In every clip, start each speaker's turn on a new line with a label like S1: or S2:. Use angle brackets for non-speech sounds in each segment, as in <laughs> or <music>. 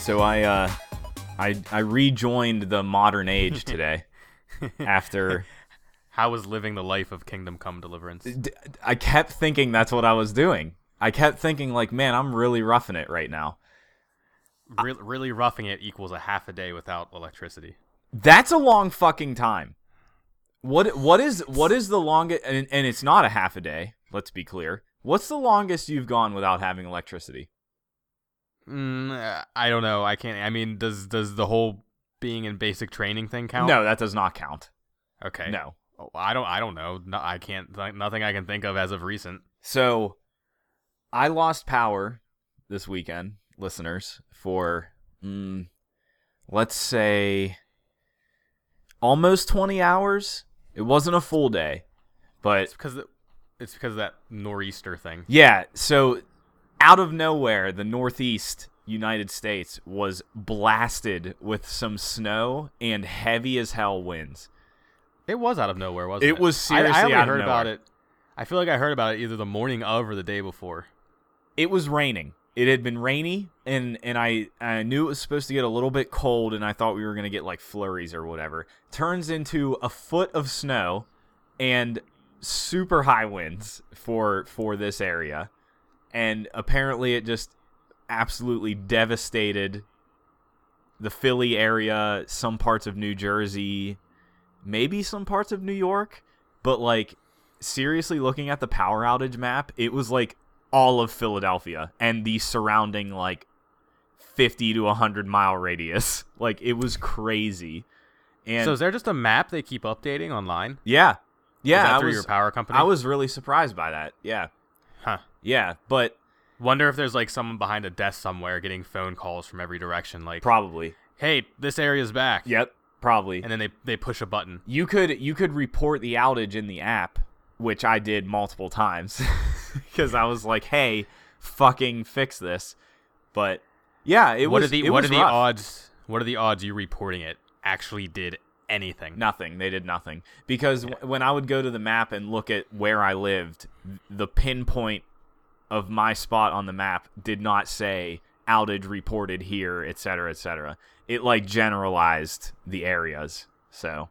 S1: so I, uh, I, I rejoined the modern
S2: <laughs>
S1: age today after
S2: How was living the life of Kingdom Come Deliverance?
S1: d- I kept thinking that's what I was doing. I kept thinking like, man, I'm really roughing it right now.
S2: Re- really roughing it equals a half a day without electricity.
S1: That's a long fucking time. What what is what is the longest and, and it's not a half a day, let's be clear. What's the longest you've gone without having electricity?
S2: Mm, uh, I don't know. I can't. I mean, does does the whole being in basic training thing count?
S1: No, that does not count.
S2: Okay.
S1: No.
S2: Oh, I don't. I don't know. No, I can't. Th- nothing I can think of as of recent.
S1: So I lost power this weekend, listeners, for mm, let's say almost 20 hours. It wasn't a full day, but
S2: It's because the, it's because of that nor'easter thing.
S1: Yeah, so out of nowhere, the Northeast United States was blasted with some snow and heavy as hell winds.
S2: It was out of nowhere, wasn't
S1: It
S2: it?
S1: was
S2: I-
S1: seriously
S2: I, only
S1: out of
S2: heard about
S1: nowhere.
S2: it. I feel like I heard about it either the morning of or the day before.
S1: It was raining. It had been rainy, and and I I knew it was supposed to get a little bit cold, and I thought we were gonna get like flurries or whatever. Turns into a foot of snow, and super high winds for for this area, and apparently it just absolutely devastated the Philly area, some parts of New Jersey, maybe some parts of New York, but like seriously looking at the power outage map, it was like all of Philadelphia and the surrounding like 50 to 100 mile radius. <laughs> Like it was crazy. And
S2: so is there just a map they keep updating online?
S1: yeah. Yeah,
S2: is that
S1: I
S2: through
S1: was
S2: your power company.
S1: I was really surprised by that. Yeah.
S2: Huh.
S1: Yeah, but
S2: Wonder if there's like someone behind a desk somewhere getting phone calls from every direction, like,
S1: probably.
S2: "Hey, this area's back."
S1: Yep, probably.
S2: And then they they push a button.
S1: you could you could report the outage in the app, which I did multiple times <laughs> because I was like, "Hey, fucking fix this." But yeah, it
S2: what
S1: was
S2: are the
S1: it
S2: what
S1: was
S2: are the
S1: rough.
S2: odds? What are the odds you reporting it actually did anything?
S1: Nothing. They did nothing because w- when I would go to the map and look at where I lived, the pinpoint of my spot on the map did not say outage reported here, et cetera, et Cetera. It like generalized the areas. So,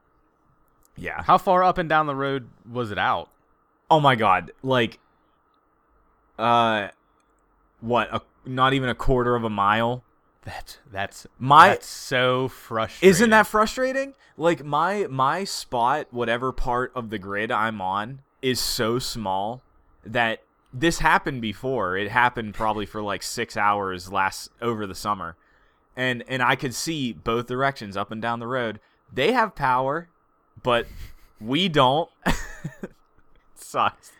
S1: yeah.
S2: How far up and down the road was it out?
S1: Oh my god! Like, uh, what? A, not even a quarter of a mile.
S2: That's that's
S1: My-
S2: that's so frustrating.
S1: Isn't that frustrating? Like my my spot, whatever part of the grid I'm on, is so small that this happened before. It happened probably for like six hours last over the summer, and and I could see both directions up and down the road. They have power, but we don't. <laughs> Sucks.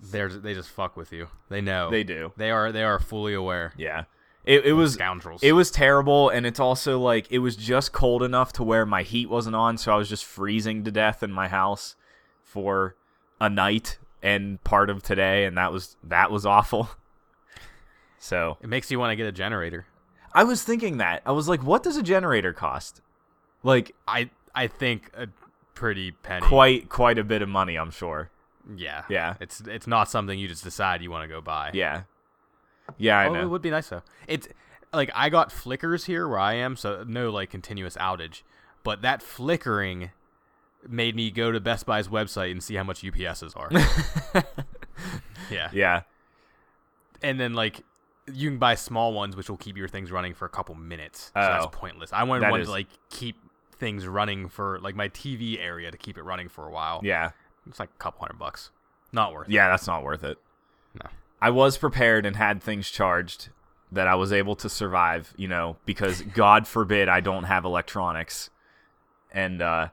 S2: They're they just fuck with you. They know
S1: They do.
S2: They are they are fully aware.
S1: Yeah. It it was
S2: Scoundrels.
S1: It was terrible, and it's also like it was just cold enough to where my heat wasn't on, so I was just freezing to death in my house for a night and part of today, and that was that was awful. <laughs> So
S2: it makes you want to get a generator.
S1: I was thinking that I was like, what does a generator cost? Like
S2: I I think a pretty penny.
S1: quite quite a bit of money, I'm sure.
S2: Yeah.
S1: Yeah.
S2: It's it's not something you just decide you want to go buy.
S1: Yeah, yeah, I
S2: Oh, it
S1: know.
S2: would be nice though. It's like I got flickers here where I am, so no like continuous outage. But that flickering made me go to Best Buy's website and see how much
S1: <laughs>
S2: UPSs are. yeah.
S1: Yeah,
S2: And then like you can buy small ones which will keep your things running for a couple minutes.
S1: Oh.
S2: So that's pointless. I wanted
S1: That
S2: one
S1: is-
S2: to like keep things running for like my TV area to keep it running for a while.
S1: yeah,
S2: It's like a couple hundred bucks. Not worth it.
S1: yeah. That's not worth it.
S2: No.
S1: I was prepared and had things charged that I was able to survive, you know,
S2: <laughs>
S1: because God forbid I don't have electronics. And uh,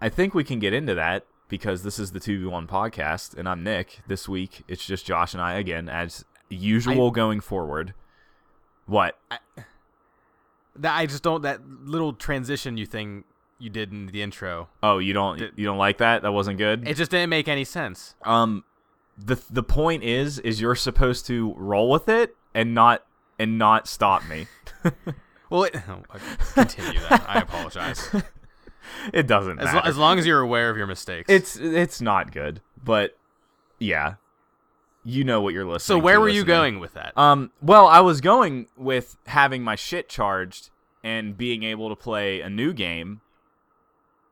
S1: I think we can get into that because this is the 2v1 podcast, and I'm Nick. This week, it's just Josh and I again, as usual going forward. What?
S2: That I just don't that little transition you thing you did in the intro.
S1: Oh, you don't
S2: Did-
S1: you don't like that? That wasn't good.
S2: It just didn't make any sense.
S1: um, the the point is is you're supposed to roll with it and not and not stop me.
S2: Well, <laughs> it, oh, okay, continue that. I <laughs> apologize.
S1: it doesn't
S2: As,
S1: matter.
S2: lo- as long as you're aware of your mistakes.
S1: It's it's not good, but yeah. you know what you're
S2: So
S1: listening.
S2: where
S1: to
S2: were you Uh,
S1: listening.
S2: going with that?
S1: Um, well, I was going with having my shit charged and being able to play a new game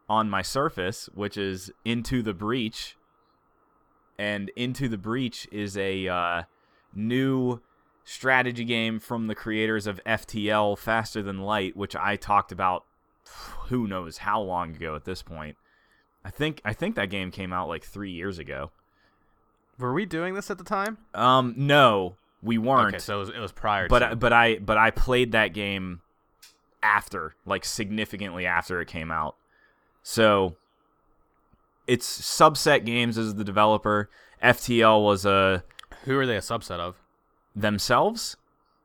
S1: on my Surface, which is Into the Breach. And Into the Breach is a uh, new strategy game from the creators of FTL Faster Than Light, which I talked about who knows how long ago at this point. I think I think that game came out like 3 years ago.
S2: were we doing this at the time?
S1: Um no, we weren't
S2: Okay, so it was, it was prior.
S1: but
S2: to.
S1: I- but I but I played that game after, like significantly after it came out. So it's Subset Games as the developer. FTL was uh,
S2: who are they a subset of?
S1: themselves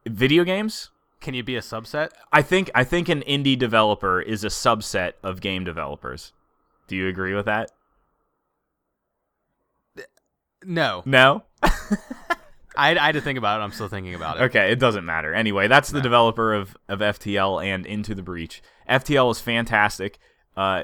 S1: video games.
S2: Can you be a subset?
S1: I think I think an indie developer is a subset of game developers. Do you agree with that?
S2: No,
S1: No.
S2: I, I had to think about it. I'm still thinking about it.
S1: Okay, it doesn't matter. Anyway, that's the developer of, of FTL and Into the Breach. FTL is fantastic. Uh,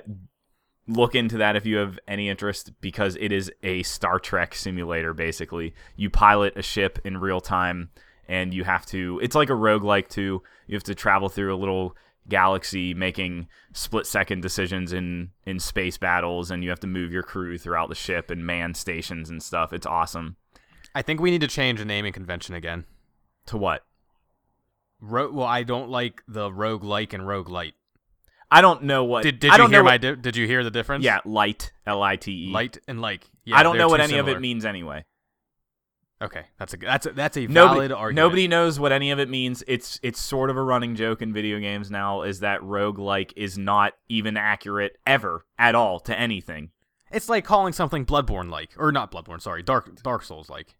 S1: look into that if you have any interest because it is a Star Trek simulator, basically. You pilot a ship in real time and you have to, it's like a roguelike too. You have to travel through a little galaxy making split second decisions in, in space battles and you have to move your crew throughout the ship and man stations and stuff. It's awesome.
S2: I think we need to change the naming convention again.
S1: To what?
S2: Ro- well, I don't like the rogue like and rogue light.
S1: I don't know what.
S2: Did, did
S1: I
S2: you
S1: don't
S2: hear
S1: know
S2: my
S1: what-
S2: di- Did you hear the difference?
S1: Yeah, light, L I T E.
S2: light and like. Yeah,
S1: I don't
S2: they're
S1: know what
S2: too
S1: any of
S2: similar.
S1: it means anyway.
S2: Okay, that's a that's a, that's a
S1: Nobody,
S2: valid argument.
S1: nobody knows what any of it means. It's it's sort of a running joke in video games now is that roguelike is not even accurate ever at all to anything.
S2: It's like calling something Bloodborne like, or not Bloodborne. Sorry, Dark Dark Souls like.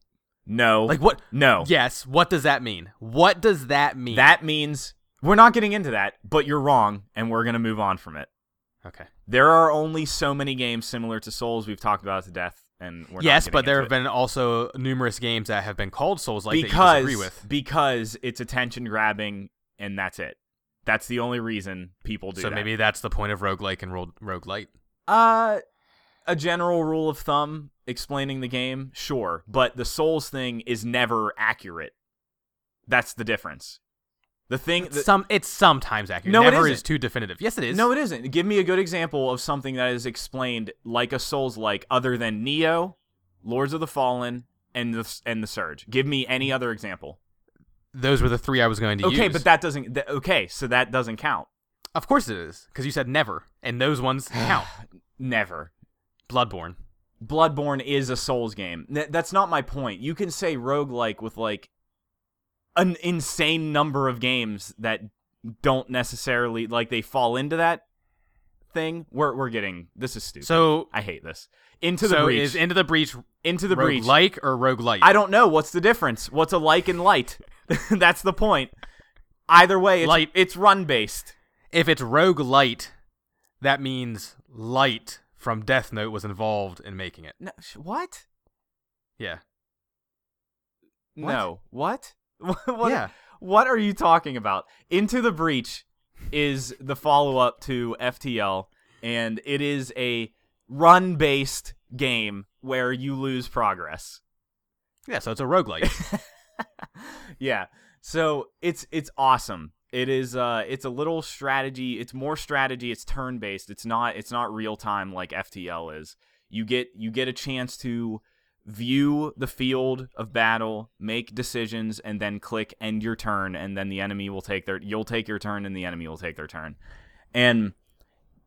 S1: No.
S2: Like what?
S1: no.
S2: Yes. What does that mean? What does that
S1: Oh.
S2: mean?
S1: That means we're not getting into that, but you're wrong and we're going to move on from it.
S2: okay.
S1: There are only so many games similar to Souls we've talked about to death and we're not
S2: yes,
S1: getting
S2: but there
S1: into
S2: have
S1: it.
S2: been also numerous games that have been called Souls like that you
S1: because
S2: disagree with.
S1: because it's attention grabbing and that's it. That's the only reason people do
S2: So
S1: that.
S2: maybe that's the point of roguelike and ro- roguelite.
S1: Uh, a general rule of thumb explaining the game, sure, but the souls thing is never accurate. That's the difference. The thing. The,
S2: Some it's sometimes accurate.
S1: No, it
S2: Never is
S1: isn't.
S2: too definitive. Yes, it is.
S1: no, it isn't. Give me a good example of something that is explained like a souls like other than Neo, Lords of the Fallen, and the and the Surge. Give me any other example.
S2: those were the three I was going to use.
S1: Okay, but that doesn't. Th- okay, so that doesn't count.
S2: of course it is because you said never, and
S1: <sighs>
S2: those ones count.
S1: Never.
S2: Bloodborne.
S1: Bloodborne is a Souls game. Th- that's not my point. You can say roguelike with like an insane number of games that don't necessarily like they fall into that thing. We're we're getting this is stupid.
S2: So
S1: I hate this. Into the
S2: so
S1: breach.
S2: is into the breach
S1: into the breach.
S2: like or roguelite?
S1: I don't know what's the difference. What's a like and light? <laughs> that's the point. Either way, it's,
S2: Light.
S1: it's run based.
S2: if it's rogue light, that means light from Death Note was involved in making it.
S1: No, sh- what?
S2: Yeah.
S1: No. What? <laughs> what?
S2: Yeah.
S1: What are you talking about? Into the Breach is the follow up to FTL, and it is a run based game where you lose progress.
S2: Yeah, so it's
S1: <laughs>
S2: a roguelite.
S1: Yeah. So it's it's awesome. It is uh it's a little strategy. It's more strategy. It's turn based. It's not it's not real time like FTL is. You get you get a chance to view the field of battle, make decisions, and then click end your turn, and then the enemy will take their you'll take your turn and the enemy will take their turn. And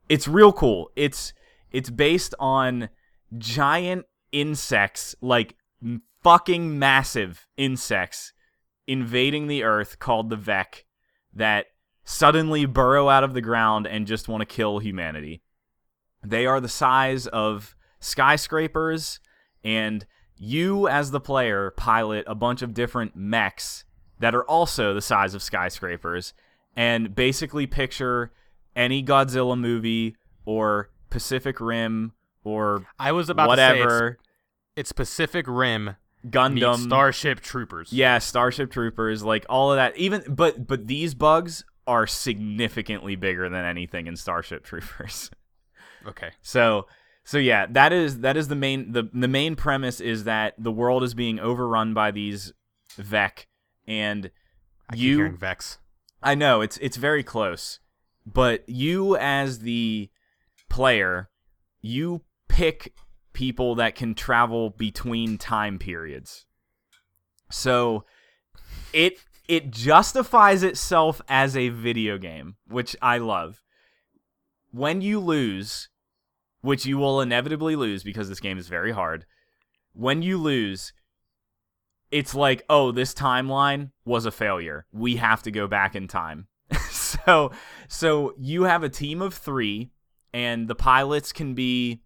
S1: it's real cool. It's it's based on giant insects, like m- fucking massive insects invading the earth called the Vec that suddenly burrow out of the ground and just want to kill humanity. They are the size of skyscrapers, and you, as the player, pilot a bunch of different mechs that are also the size of skyscrapers. And basically, picture any Godzilla movie or Pacific Rim or
S2: I was about to say it's-
S1: whatever
S2: it's, Pacific Rim meets
S1: Gundam
S2: Starship Troopers.
S1: yeah, Starship Troopers, like all of that. Even but but these bugs are significantly bigger than anything in Starship Troopers.
S2: Okay.
S1: <laughs> So So yeah, that is that is the main the the main premise is that the world is being overrun by these Vec, and
S2: I keep
S1: you
S2: hearing Vex.
S1: I know it's it's very close, but you as the player, you pick people that can travel between time periods. So it it justifies itself as a video game, which I love. When you lose, which you will inevitably lose because this game is very hard, when you lose, it's like, oh, this timeline was a failure. We have to go back in time. <laughs> so, so you have a team of three, and the pilots can be,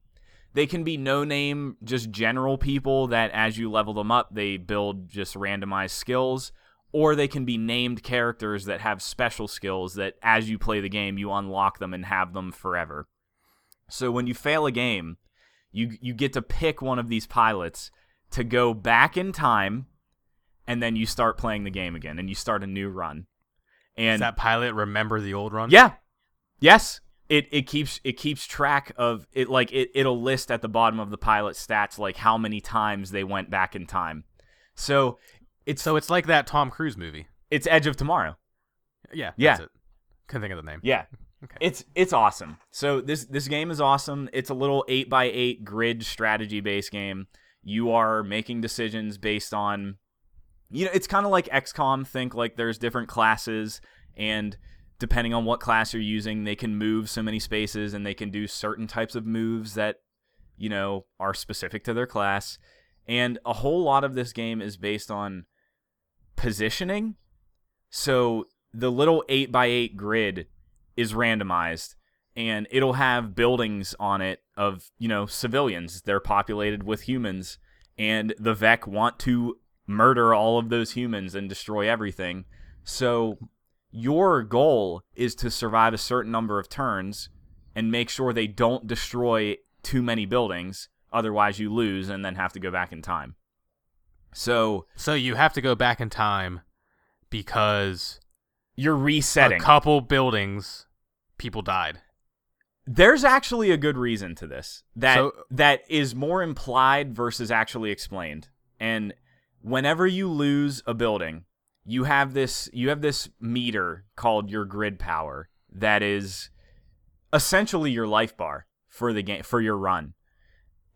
S1: they can be no name, just general people that as you level them up, they build just randomized skills, or they can be named characters that have special skills that as you play the game, you unlock them and have them forever. So when you fail a game, you you get to pick one of these pilots to go back in time and then you start playing the game again and you start a new run.
S2: Does
S1: And
S2: that pilot remember the old run?
S1: yeah. Yes. It it keeps it keeps track of it like it it'll list at the bottom of the pilot stats like how many times they went back in time. So it's
S2: So it's like that Tom Cruise movie.
S1: it's Edge of Tomorrow.
S2: Yeah.
S1: Yeah.
S2: That's it. Couldn't think of the name.
S1: Yeah.
S2: Okay.
S1: It's it's awesome. So this this game is awesome. It's a little 8x8 grid strategy based game. You are making decisions based on you know, it's kind of like XCOM think like there's different classes and depending on what class you're using, they can move so many spaces and they can do certain types of moves that you know are specific to their class. And a whole lot of this game is based on positioning. So the little 8x8 grid is randomized and it'll have buildings on it of you know civilians they're populated with humans and the vec want to murder all of those humans and destroy everything so your goal is to survive a certain number of turns and make sure they don't destroy too many buildings otherwise you lose and then have to go back in time so
S2: So you have to go back in time because
S1: you're resetting
S2: a couple buildings, people died.
S1: there's actually a good reason to this that
S2: So-
S1: that is more implied versus actually explained. And whenever you lose a building, you have this you have this meter called your grid power that is essentially your life bar for the game for your run.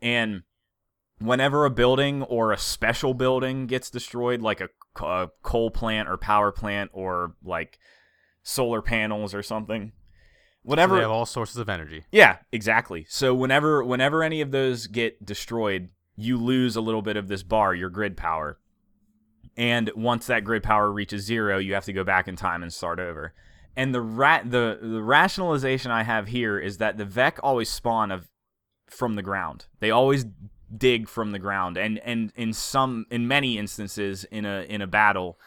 S1: And whenever a building or a special building gets destroyed like a, c- a coal plant or power plant or like solar panels or something
S2: Never.
S1: whatever
S2: They have all sources of energy.
S1: yeah, exactly. So whenever whenever any of those get destroyed, you lose a little bit of this bar, your grid power. And once that grid power reaches zero, you have to go back in time and start over. And the rat the, the rationalization I have here is that the Vec always spawn of from the ground. They always dig from the ground and and in some in many instances in a in a battle,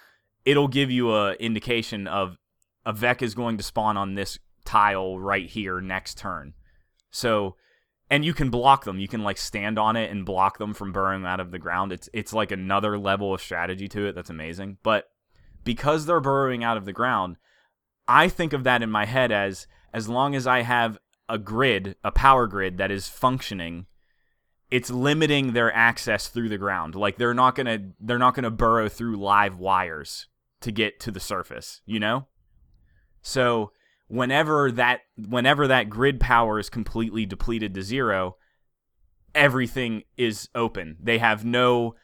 S1: it'll give you a indication of a Vec is going to spawn on this tile right here next turn. So and you can block them. You can like stand on it and block them from burrowing out of the ground. It's it's like another level of strategy to it that's amazing. But because they're burrowing out of the ground, I think of that in my head as as long as I have a grid, a power grid that is functioning, it's limiting their access through the ground. Like they're not going to they're not going to burrow through live wires to get to the surface, you know? So whenever that whenever that grid power is completely depleted to zero, everything is open. They have no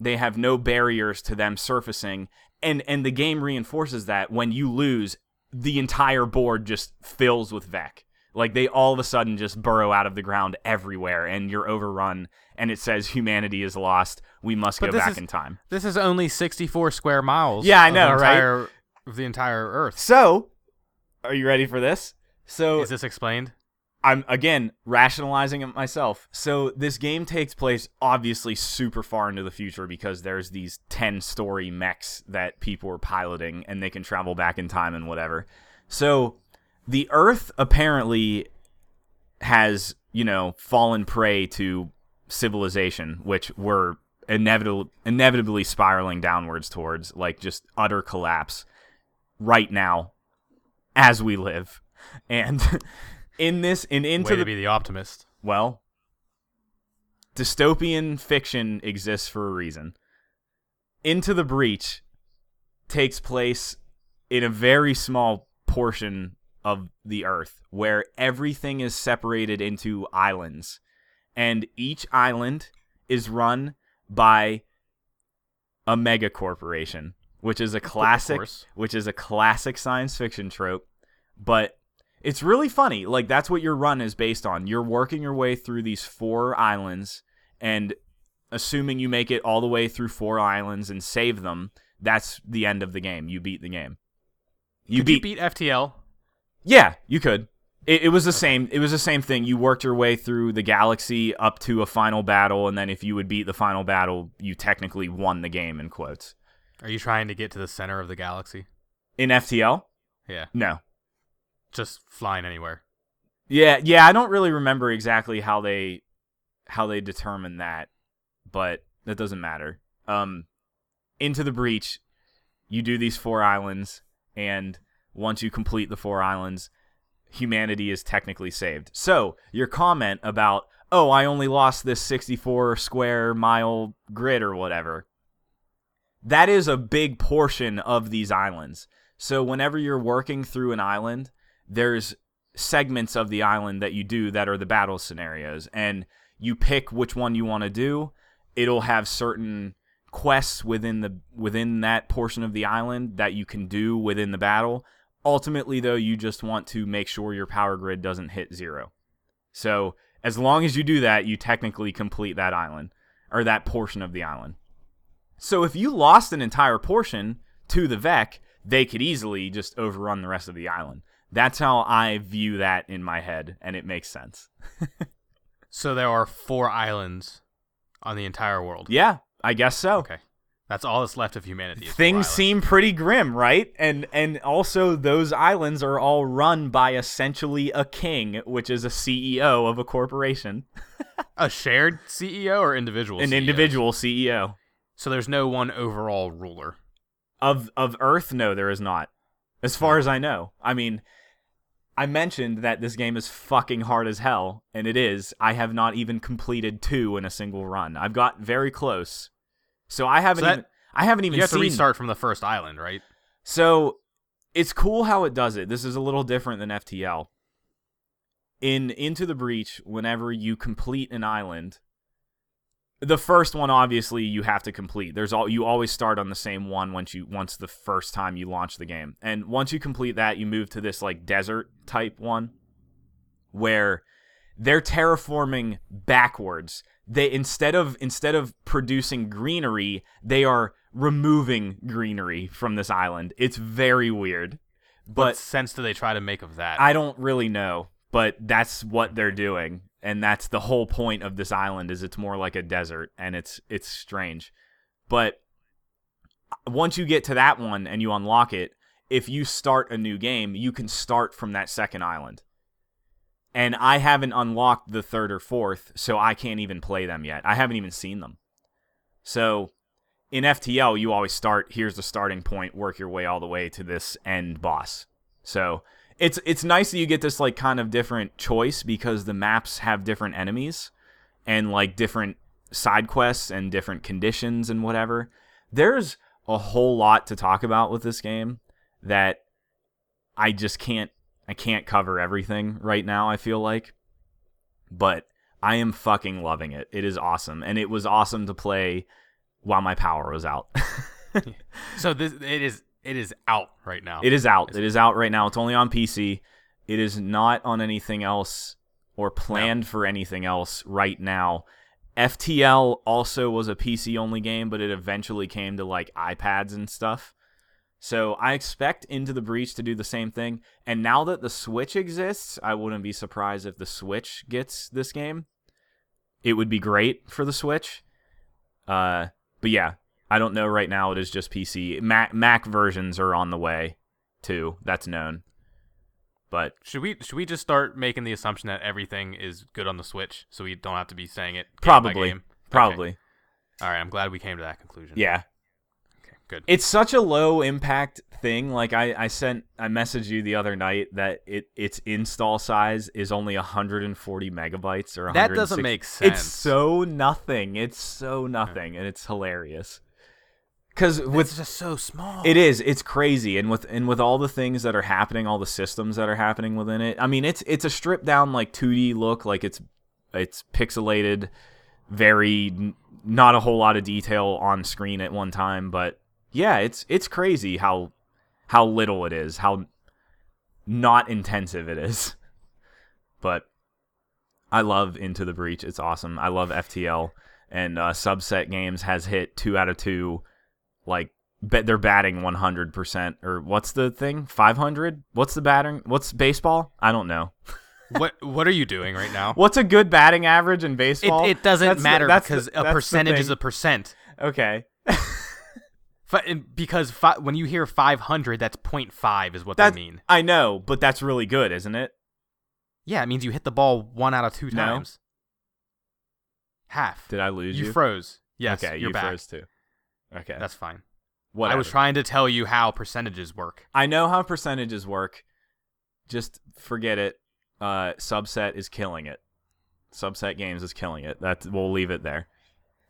S1: they have no barriers to them surfacing and and the game reinforces that when you lose the entire board just fills with vec like they all of a sudden just burrow out of the ground everywhere and you're overrun and it says humanity is lost we must go
S2: But this
S1: back
S2: is-
S1: in time
S2: This is only 64 square miles.
S1: Yeah, I
S2: of
S1: know,
S2: the
S1: right?
S2: entire, Of the entire Earth.
S1: so are you ready for this so
S2: Is this explained?
S1: I'm again rationalizing it myself. So this game takes place obviously super far into the future because there's these 10 story mechs that people are piloting and they can travel back in time and whatever. So the earth apparently has, you know, fallen prey to civilization, which we're inevitably inevitably spiraling downwards towards like just utter collapse right now as we live. And <laughs> in this and into
S2: Way
S1: the
S2: to be the optimist.
S1: well, dystopian fiction exists for a reason. Into the Breach takes place in a very small portion of the earth where everything is separated into islands and each island is run by a mega corporation which is a classic
S2: course.
S1: which is a classic science fiction trope but it's really funny like that's what your run is based on you're working your way through these four islands and assuming you make it all the way through four islands and save them that's the end of the game you beat the game
S2: Could you beat FTL?
S1: yeah, you could. It, it was the same. It was the same thing. You worked your way through the galaxy up to a final battle, and then if you would beat the final battle, you technically won the game. In quotes.
S2: Are you trying to get to the center of the galaxy?
S1: In FTL,
S2: Yeah,
S1: no.
S2: just flying anywhere.
S1: Yeah, yeah. I don't really remember exactly how they how they determine that, but that doesn't matter. Um, into the breach, you do these four islands, and once you complete the four islands, humanity is technically saved. So your comment about oh, I only lost this sixty-four square mile grid or whatever. That is a big portion of these islands. So whenever you're working through an island, there's segments of the island that you do that are the battle scenarios and you pick which one you want to do it'll have certain quests within the within that portion of the island that you can do within the battle ultimately though you just want to make sure your power grid doesn't hit zero so as long as you do that you technically complete that island or that portion of the island so if you lost an entire portion to the Vec, they could easily just overrun the rest of the island. That's how I view that in my head, and it makes sense.
S2: So there are four islands on the entire world.
S1: Yeah, I guess so.
S2: Okay, that's all that's left of humanity. is four
S1: Things
S2: islands.
S1: seem pretty grim, right? And and also those islands are all run by essentially a king, which is a CEO of a corporation,
S2: a shared CEO or individual.
S1: an
S2: CEO?
S1: individual E CEO
S2: So there's no one overall ruler.
S1: of of Earth. No, there is not, as far as I know. I mean, I mentioned that this game is fucking hard as hell, and it is. I have not even completed two in a single run. I've got very close, so I haven't.
S2: So that-
S1: even, I haven't even
S2: You have
S1: seen.
S2: to restart from the first island, right?
S1: So it's cool how it does it. This is a little different than FTL. In Into the Breach, whenever you complete an island, the first one obviously you have to complete. There's all you always start on the same one once you once the first time you launch the game. And once you complete that, you move to this like desert type one where they're terraforming backwards. They instead of instead of producing greenery, they are removing greenery from this island. It's very weird.
S2: What
S1: But
S2: sense do they try to make of that?
S1: I don't really know, but that's what they're doing, and that's the whole point of this island is it's more like a desert, and it's it's strange. But uh, once you get to that one and you unlock it, if you start a new game, you can start from that second island. And I haven't unlocked the third or fourth, so I can't even play them yet. I haven't even seen them. So in FTL, you always start here's the starting point, work your way all the way to this end boss. So it's it's nice that you get this like kind of different choice because the maps have different enemies and like different side quests and different conditions and whatever. There's a whole lot to talk about with this game that I just can't I can't cover everything right now, I feel like. But I am fucking loving it. It is awesome and it was awesome to play while my power was out. <laughs>
S2: so this it is it is out right now.
S1: It is out. It is out right now. It's only on PC. It is not on anything else or planned for anything else right now. FTL also was a PC only game, but it eventually came to like iPads and stuff. So I expect Into the Breach to do the same thing. And now that the Switch exists, I wouldn't be surprised if the Switch gets this game. It would be great for the Switch. Uh, but yeah, I don't know right now. It is just PC. Mac Mac versions are on the way too. That's known. But
S2: Should we should we just start making the assumption that everything is good on the Switch, so we don't have to be saying it? game by
S1: Probably.
S2: game? Okay.
S1: probably,
S2: All right. I'm glad we came to that conclusion.
S1: yeah.
S2: Okay, good.
S1: It's such a low impact thing. Like I, I sent, I messaged you the other night that it its install size is only 140 megabytes or
S2: That doesn't
S1: 160
S2: make
S1: It's
S2: sense.
S1: so nothing. It's so nothing, and it's hilarious. Because with
S2: it's just so small.
S1: it is, it's crazy, and with and with all the things that are happening, all the systems that are happening within it. I mean, it's it's a stripped down like 2D look, like it's it's pixelated, very n- not a whole lot of detail on screen at one time, but yeah, it's it's crazy how how little it is, how not intensive it is. <laughs> But I love Into the Breach. It's awesome. I love FTL and uh, Subset Games has hit two out of two. Like bet they're batting one hundred percent or what's the thing five hundred? What's the batting? What's baseball? I don't know.
S2: what What are you doing
S1: <laughs>
S2: right now?
S1: What's a good batting average in baseball?
S2: Oh. It, it doesn't
S1: That's the-
S2: matter
S1: that's the-
S2: because
S1: that's
S2: a
S1: the
S2: percentage
S1: thing.
S2: is a percent.
S1: okay.
S2: Fi- and because fi- when you hear 500, that's 0.5 is what
S1: That
S2: they mean.
S1: I know, but that's really good, isn't it?
S2: Yeah, it means you hit the ball one out of two
S1: No.
S2: times. Half.
S1: Did I lose you?
S2: you froze. Yes,
S1: okay,
S2: you're
S1: you
S2: back.
S1: froze too. Okay,
S2: That's fine.
S1: what
S2: I was trying to tell you how percentages work.
S1: I know how percentages work. Just forget it. Uh, subset is killing it. Subset games is killing it. That we'll leave it there.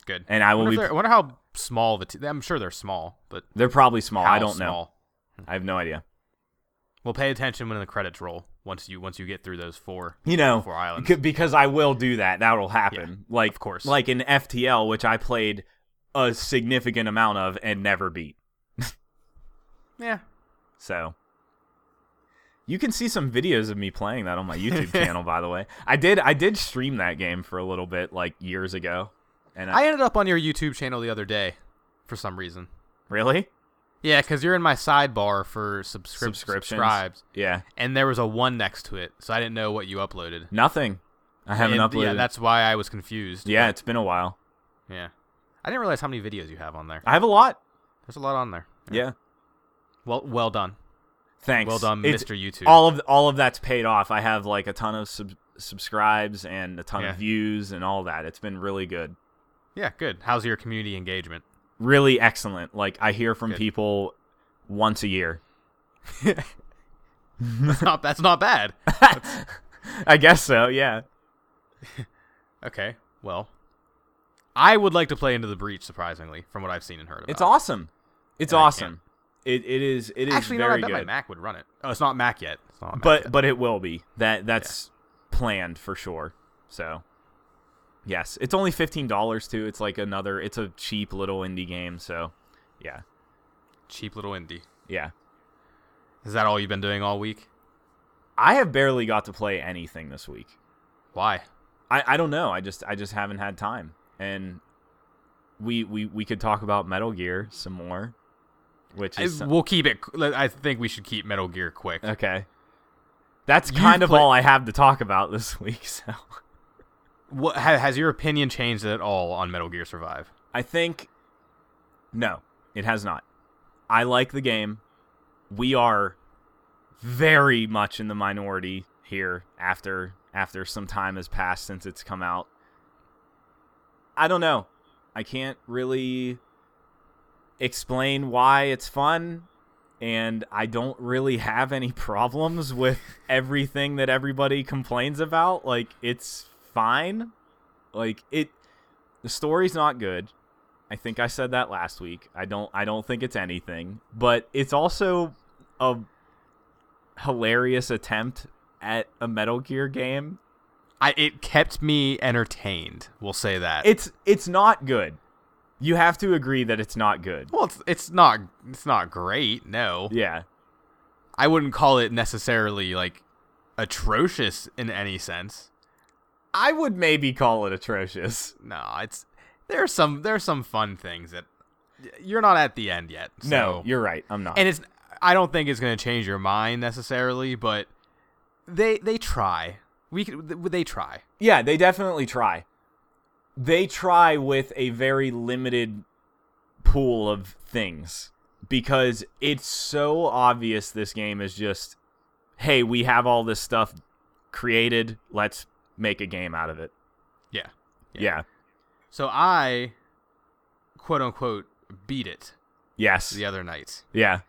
S2: Good.
S1: And I will
S2: wonder,
S1: be.
S2: if they're-
S1: They're,
S2: wonder how small the. T- I'm sure they're small, but
S1: probably small.
S2: how
S1: Oh, I don't know.
S2: small?
S1: I have no idea.
S2: Well, pay attention when the credits roll. Once you once you get through those four,
S1: You know,
S2: four islands.
S1: c- because I will do that. That'll happen. like
S2: of course.
S1: like in FTL, which I played a significant amount of and never beat.
S2: yeah.
S1: So you can see some videos of me playing that on my
S2: <laughs>
S1: YouTube channel, by the way. I did I did stream that game for a little bit like years ago. And uh, I,
S2: I ended up on your YouTube channel the other day, for some reason.
S1: really
S2: Yeah, because you're in my sidebar for subscription
S1: subscriptions.
S2: subscribes,
S1: Yeah.
S2: and there was a one next to it, so I didn't know what you uploaded.
S1: Nothing. I haven't
S2: And,
S1: uploaded.
S2: Yeah, that's why I was confused.
S1: yeah, it's been a while.
S2: Yeah. I didn't realize how many videos you have on there.
S1: I have a lot.
S2: There's a lot on there.
S1: Yeah.
S2: Well, well done.
S1: Thanks.
S2: Well done,
S1: It's-
S2: Mr. YouTube.
S1: All of all of that's paid off. I have like a ton of sub- subscribes and a ton
S2: Yeah.
S1: of views and all that. It's been really good.
S2: yeah, good. How's your community engagement? <laughs>
S1: Really excellent. Like I hear from
S2: Good.
S1: people once a year.
S2: That's not, that's not bad.
S1: I guess so. Yeah.
S2: Okay. Well, I would like to play Into the Breach, surprisingly, from what I've seen and heard about.
S1: It's awesome. It's
S2: And I
S1: awesome. It it is it is
S2: Actually, no, I
S1: very
S2: bet my
S1: good.
S2: Mac would run it. Oh, it's not Mac yet. It's not on Mac
S1: but
S2: yet.
S1: but it will be. That that's planned for sure. So yes, it's only fifteen dollars too. It's like another. It's a cheap little indie game. So yeah,
S2: cheap little indie.
S1: yeah.
S2: Is that all you've been doing all week?
S1: I have barely got to play anything this week.
S2: Why?
S1: I I don't know. I just I just haven't had time. And we we we could talk about Metal Gear some more, which
S2: I-
S1: is some-
S2: we'll keep it. I think we should keep Metal Gear quick.
S1: okay. That's
S2: You've
S1: kind of
S2: play-
S1: all I have to talk about this <laughs> week. So.
S2: What ha, has your opinion changed at all on Metal Gear Survive?
S1: I think no, it has not. I like the game. We are very much in the minority here after after some time has passed since it's come out. I don't know. I can't really explain why it's fun and I don't really have any <laughs> problems with everything that everybody complains about. Like it's fine. Like it the story's not good. I think I said that last week. I don't I don't think it's anything, but it's also a hilarious attempt at a Metal Gear game.
S2: I it kept me entertained. We'll say that.
S1: It's it's not good. You have to agree that it's not good.
S2: well, it's it's not it's not great. No,
S1: Yeah.
S2: I wouldn't call it necessarily like atrocious in any sense.
S1: I would maybe call it atrocious.
S2: No, it's there's some there's some fun things that you're not at the end yet. So.
S1: no, you're right. I'm not.
S2: and it's I don't think it's going to change your mind necessarily, but they they try. We could, they try.
S1: Yeah, they definitely try. They try with a very limited pool of things because it's so obvious this game is just hey, we have all this stuff created, let's make a game out of it.
S2: Yeah.
S1: Yeah.
S2: So I quote unquote beat it.
S1: Yes.
S2: the other night.
S1: Yeah.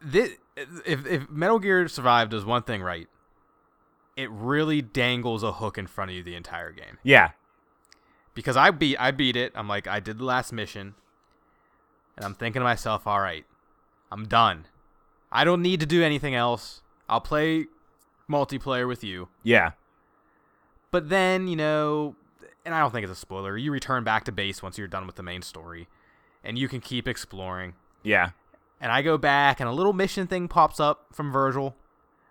S2: This, if if Metal Gear Survive does one thing right, it really dangles a hook in front of you the entire game.
S1: Yeah.
S2: Because I beat I beat it. I'm like I did the last mission, and I'm thinking to myself, all right, I'm done. I don't need to do anything else. I'll play multiplayer with you.
S1: Yeah.
S2: But then, you know, and I don't think it's a spoiler, you return back to base once you're done with the main story, and you can keep exploring.
S1: Yeah.
S2: And I go back, and a little mission thing pops up from Virgil.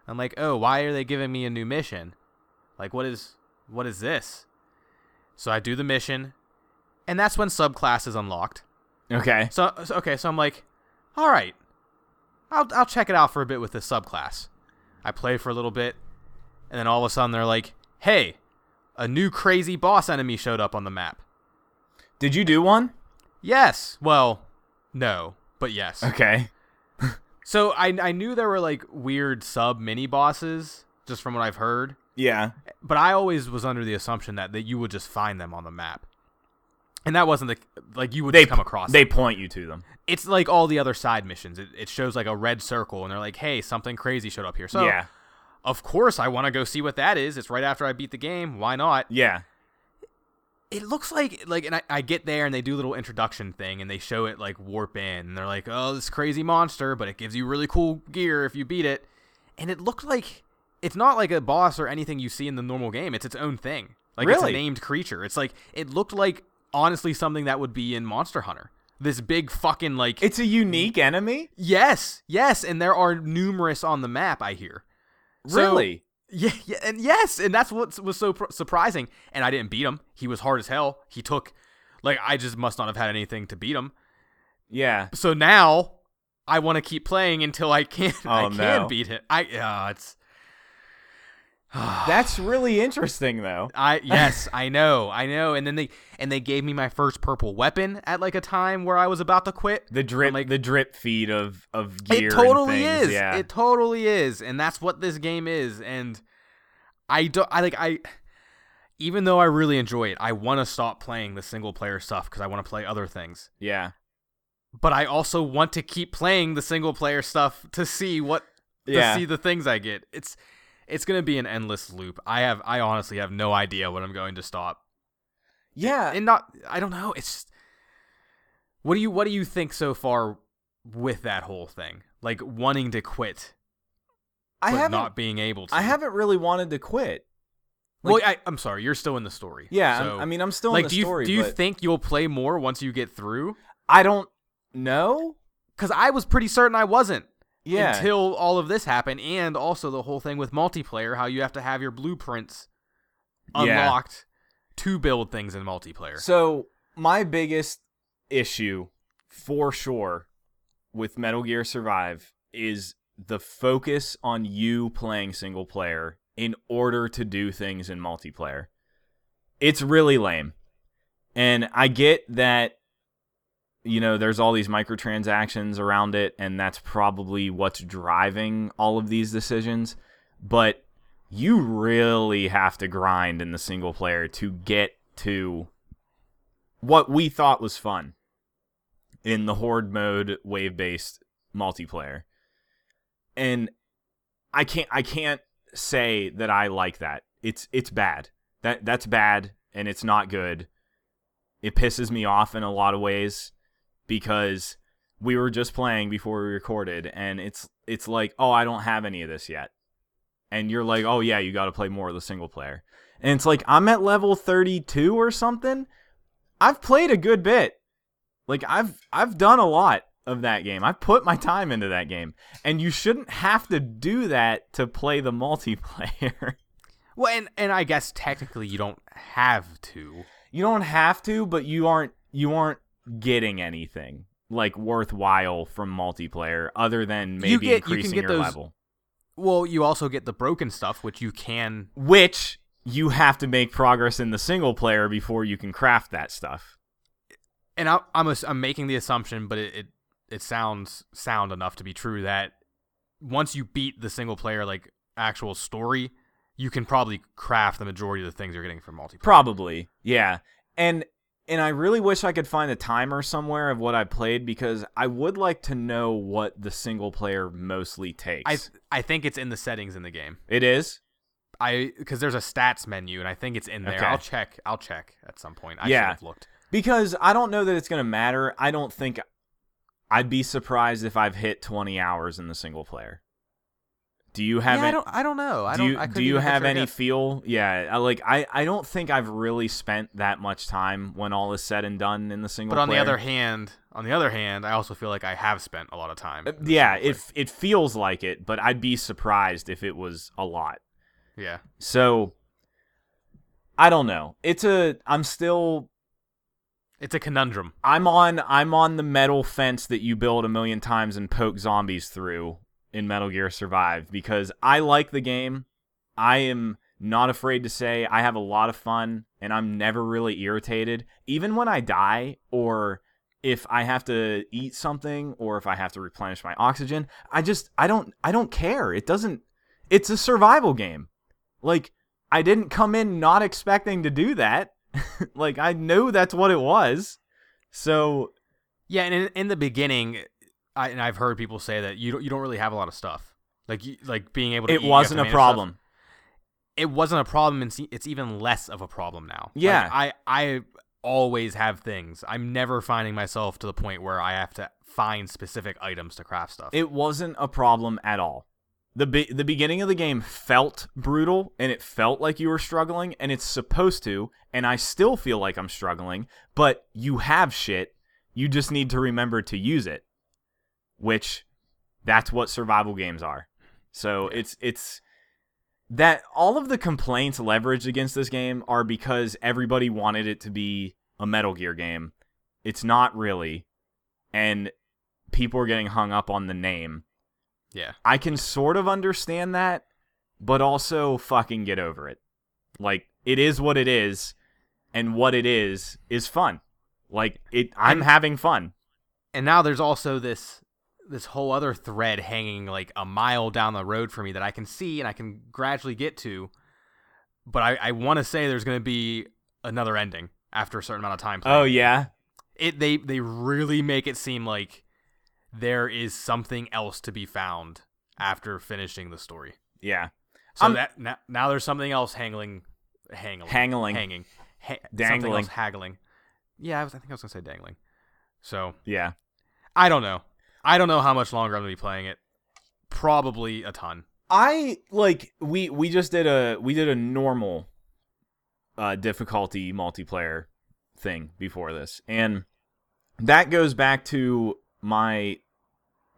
S2: I'm like, oh, why are they giving me a new mission? Like, what is what is this? So I do the mission, and that's when subclass is unlocked.
S1: Okay.
S2: So, so okay, so I'm like, all right, I'll I'll check it out for a bit with this subclass. I play for a little bit, and then all of a sudden they're like, hey, a new crazy boss enemy showed up on the map.
S1: Did you do one?
S2: Yes, well, no, but yes.
S1: Okay.
S2: So I I knew there were like weird sub mini bosses just from what I've heard,
S1: Yeah.
S2: but I always was under the assumption that that you would just find them on the map. And that wasn't the like you would
S1: They
S2: just come across.
S1: They point you to them.
S2: it's like all the other side missions. It, it shows like a red circle, and they're like, "Hey, something crazy showed up here." So
S1: yeah.
S2: of course I want to go see what that is. It's right after I beat the game. Why not?
S1: Yeah.
S2: It looks like like, and I, I get there, and they do a little introduction thing, and they show it like warp in, and they're like, "Oh, this crazy monster," but it gives you really cool gear if you beat it. And it looked like it's not like a boss or anything you see in the normal game. It's its own thing. Like it's a
S1: Really?
S2: named creature. It's like it looked like honestly something that would be in Monster Hunter. This big fucking like
S1: It's a unique enemy?
S2: Yes, yes, and there are numerous on the map. I hear. So-
S1: Really?
S2: Yeah, yeah, and yes, and that's what was so pr- surprising. And I didn't beat him. He was hard as hell. He took, like, I just must not have had anything to beat him.
S1: yeah.
S2: So now I want to keep playing until I can. <laughs> I
S1: Oh,
S2: can
S1: no.
S2: beat him. I. Uh, it's.
S1: That's really interesting though.
S2: I yes, I know, I know. And then they and they gave me my first purple weapon at like a time where I was about to quit.
S1: The drip
S2: like-
S1: the drip feed of of gear. and
S2: It totally
S1: things,
S2: is.
S1: Yeah.
S2: It totally is, and that's what this game is. And I don't. I like. I even though I really enjoy it, I want to stop playing the single player stuff because I want to play other things.
S1: yeah.
S2: But I also want to keep playing the single player stuff to see what to
S1: Yeah.
S2: see the things I get. It's it's gonna be an endless loop. I have I honestly have no idea when I'm going to stop.
S1: Yeah.
S2: And not I don't know. It's just, what do you what do you think so far with that whole thing? Like wanting to quit
S1: I
S2: but
S1: haven't
S2: not being able to.
S1: I haven't really wanted to quit.
S2: Well,
S1: like-
S2: I, I'm sorry, you're still in the story.
S1: Yeah, I'm-
S2: so,
S1: I mean I'm still
S2: like,
S1: in the
S2: do you
S1: story,
S2: do you
S1: but
S2: think you'll play more once you get through?
S1: I don't know.
S2: Because I was pretty certain I wasn't
S1: Yeah.
S2: until all of this happened, and also the whole thing with multiplayer, how you have to have your blueprints
S1: Yeah.
S2: unlocked to build things in multiplayer.
S1: So my biggest issue, for sure, with Metal Gear Survive is the focus on you playing single player in order to do things in multiplayer. It's really lame. And I get that you know there's all these microtransactions around it and that's probably what's driving all of these decisions, but you really have to grind in the single player to get to what we thought was fun in the horde mode wave based multiplayer. And I can't I can't say that I like that. It's it's bad. That that's bad and it's not good. It pisses me off in a lot of ways because we were just playing before we recorded and it's it's like, "Oh, I don't have any of this yet." And you're like, "Oh yeah, you got to play more of the single player." And it's like, "I'm at level 32 or something." I've played a good bit. Like I've I've done a lot of that game. I've put my time into that game. And you shouldn't have to do that to play the <laughs> multiplayer.
S2: well, and and I guess technically you don't have to.
S1: you don't have to, but you aren't you aren't getting anything like worthwhile from multiplayer other than maybe
S2: get- you can
S1: increasing
S2: get
S1: your
S2: those-
S1: level.
S2: Well, you also get the broken stuff, which you can.
S1: Which you have to make progress in the single player before you can craft that stuff.
S2: And I, I'm ass- I'm making the assumption, but it, it it sounds sound enough to be true that once you beat the single player like actual story, you can probably craft the majority of the things you're getting from multiplayer.
S1: Probably. Yeah. And and I really wish I could find a timer somewhere of what I played because I would like to know what the single player mostly takes.
S2: I I think it's in the settings in the game.
S1: it is.
S2: I because there's a stats menu and I think it's in there.
S1: Okay.
S2: I'll check. I'll check at some point. I
S1: Yeah.
S2: should have looked.
S1: Because I don't know that it's going to matter. I don't think I'd be surprised if I've hit 20 hours in the single player. Do you have
S2: yeah, I
S1: any,
S2: don't. I don't know. I
S1: do
S2: don't.
S1: you,
S2: I
S1: do
S2: couldn't
S1: you
S2: even
S1: have
S2: venture a
S1: any
S2: guess.
S1: feel? Yeah, I, like I, I don't think I've really spent that much time when all is said and done in the single
S2: But on
S1: player.
S2: the other hand, on the other hand, I also feel like I have spent a lot of time.
S1: Uh,
S2: in the
S1: yeah,
S2: single
S1: it it feels like it, but I'd be surprised if it was a lot.
S2: player. yeah.
S1: So I don't know. It's a I'm still
S2: It's a conundrum.
S1: I'm on I'm on the metal fence that you build a million times and poke zombies through in Metal Gear Survive because I like the game. I am not afraid to say I have a lot of fun and I'm never really irritated even when I die or if I have to eat something or if I have to replenish my oxygen. I just I don't I don't care. It doesn't it's a survival game. Like I didn't come in not expecting to do that. <laughs> like I know that's what it was. So
S2: Yeah, and in, in the beginning, I, and I've heard people say that you don't, you don't really have a lot of stuff. Like you, like being able to
S1: it
S2: eat, you have
S1: wasn't
S2: to
S1: a
S2: manage stuff.
S1: problem.
S2: It wasn't a problem, and see- it's even less of a problem now. Like,
S1: Yeah.
S2: I I always have things. I'm never finding myself to the point where I have to find specific items to craft stuff.
S1: It wasn't a problem at all. The be- the beginning of the game felt brutal and it felt like you were struggling and it's supposed to and I still feel like I'm struggling, but you have shit. You just need to remember to use it. Which that's what survival games are. So it's it's that all of the complaints leveraged against this game are because everybody wanted it to be a Metal Gear game. It's not really. And people are getting hung up on the name.
S2: yeah.
S1: I can sort of understand that, but also fucking get over it. Like it is what it is, and what it is is fun. Like it I'm
S2: And-
S1: having fun.
S2: and now there's also this this whole other thread hanging like a mile down the road for me that I can see and I can gradually get to. But I, I want to say there's going to be another ending after a certain amount of time. playing.
S1: Oh yeah.
S2: it they they really make it seem like there is something else to be found after finishing the story.
S1: Yeah.
S2: So
S1: I'm-
S2: that now, now there's something else hangling, hangling,
S1: Hangling.
S2: hanging, ha- something
S1: Dangling.
S2: else haggling. Yeah, I, was, I think I was gonna say dangling. So
S1: Yeah.
S2: I don't know. I don't know how much longer I'm gonna be playing it. Probably a ton.
S1: I like we we just did a we did a normal uh difficulty multiplayer thing before this. And that goes back to my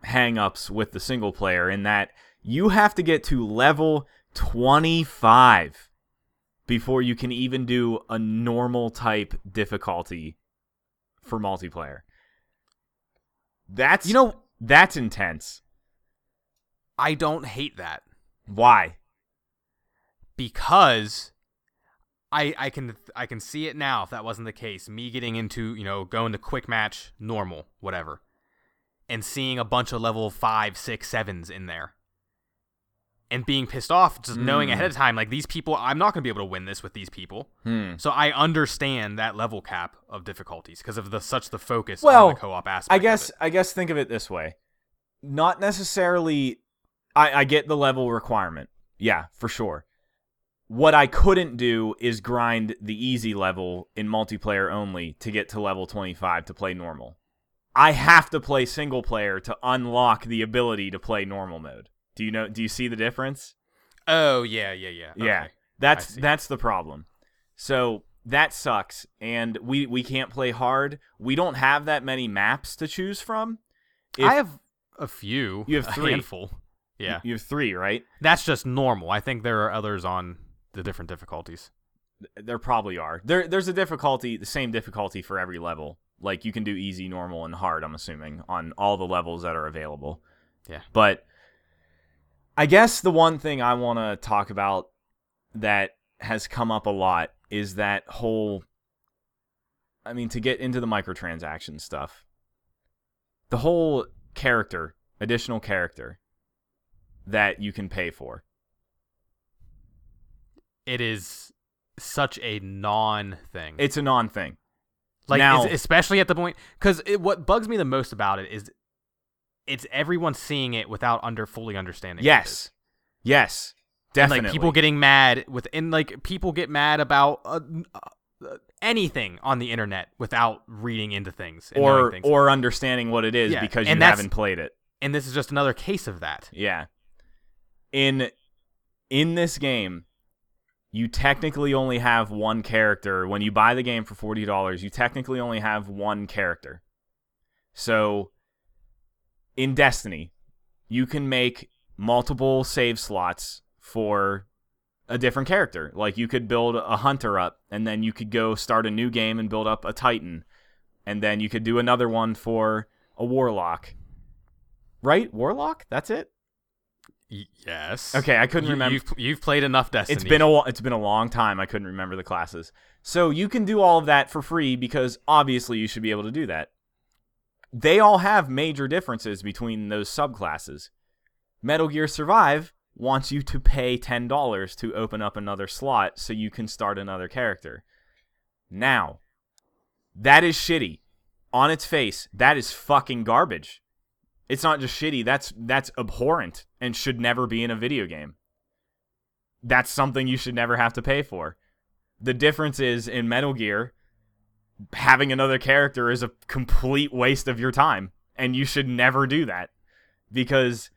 S1: hangups with the single player in that you have to get to level 25 before you can even do a normal type difficulty for multiplayer. That's
S2: You know,
S1: that's intense.
S2: I don't hate that
S1: Why?
S2: because I I can I can see it now. If that wasn't the case, me getting into you know going to quick match, normal, whatever, and seeing a bunch of level five, six, sevens in there. And being pissed off, just knowing
S1: Mm.
S2: ahead of time, like these people, I'm not going to be able to win this with these people.
S1: Hmm.
S2: So I understand that level cap of difficulties because of the such the focus
S1: Well,
S2: on the co-op aspect.
S1: I
S2: of
S1: guess
S2: it.
S1: I guess think of it this way. Not necessarily I, I get the level requirement. Yeah, for sure. What I couldn't do is grind the easy level in multiplayer only to get to level 25 to play normal. I have to play single player to unlock the ability to play normal mode. Do you know do you see the difference?
S2: Oh yeah, yeah, yeah.
S1: Yeah.
S2: Okay.
S1: That's
S2: see.
S1: that's the problem. So that sucks and we we can't play hard. We don't have that many maps to choose from. If-
S2: I have a few.
S1: You have
S2: a
S1: three.
S2: handful. Yeah,
S1: You have three, right?
S2: that's just normal. I think there are others on the different difficulties.
S1: There probably are. There, there's a difficulty, the same difficulty for every level. Like you can do easy, normal, and hard. I'm assuming on all the levels that are available.
S2: Yeah.
S1: But I guess the one thing I want to talk about that has come up a lot is that whole. I mean, to get into the microtransaction stuff, the whole character, additional character that you can pay for.
S2: It is such a non thing.
S1: It's a non thing.
S2: Like
S1: Now-
S2: es- especially at the point because what bugs me the most about it is it's everyone seeing it without under fully understanding. what it
S1: Yes.
S2: is.
S1: Yes.
S2: And,
S1: Definitely.
S2: like people getting mad with and like people get mad about uh, uh, anything on the internet without reading into things and knowing
S1: or
S2: things.
S1: or understanding what it is
S2: Yeah,
S1: because
S2: and
S1: you
S2: that's-
S1: haven't played it.
S2: and this is just another case of that.
S1: Yeah. In in this game, you technically only have one character. When you buy the game for forty dollars, you technically only have one character. So in Destiny, you can make multiple save slots for a different character. Like you could build a hunter up and then you could go start a new game and build up a titan. And then you could do another one for a warlock. Right? Warlock? That's it?
S2: Y- yes.
S1: Okay, I couldn't
S2: You-
S1: remember.
S2: You've, you've played enough Destiny.
S1: It's been a wa- it's been a long time. I couldn't remember the classes. So you can do all of that for free because obviously you should be able to do that. They all have major differences between those subclasses. Metal Gear Survive wants you to pay ten dollars to open up another slot so you can start another character. Now, that is shitty. On its face, that is fucking garbage. It's not just shitty. That's that's abhorrent and should never be in a video game that's something you should never have to pay for. The difference is in Metal Gear, having another character is a complete waste of your time, and you should never do that because,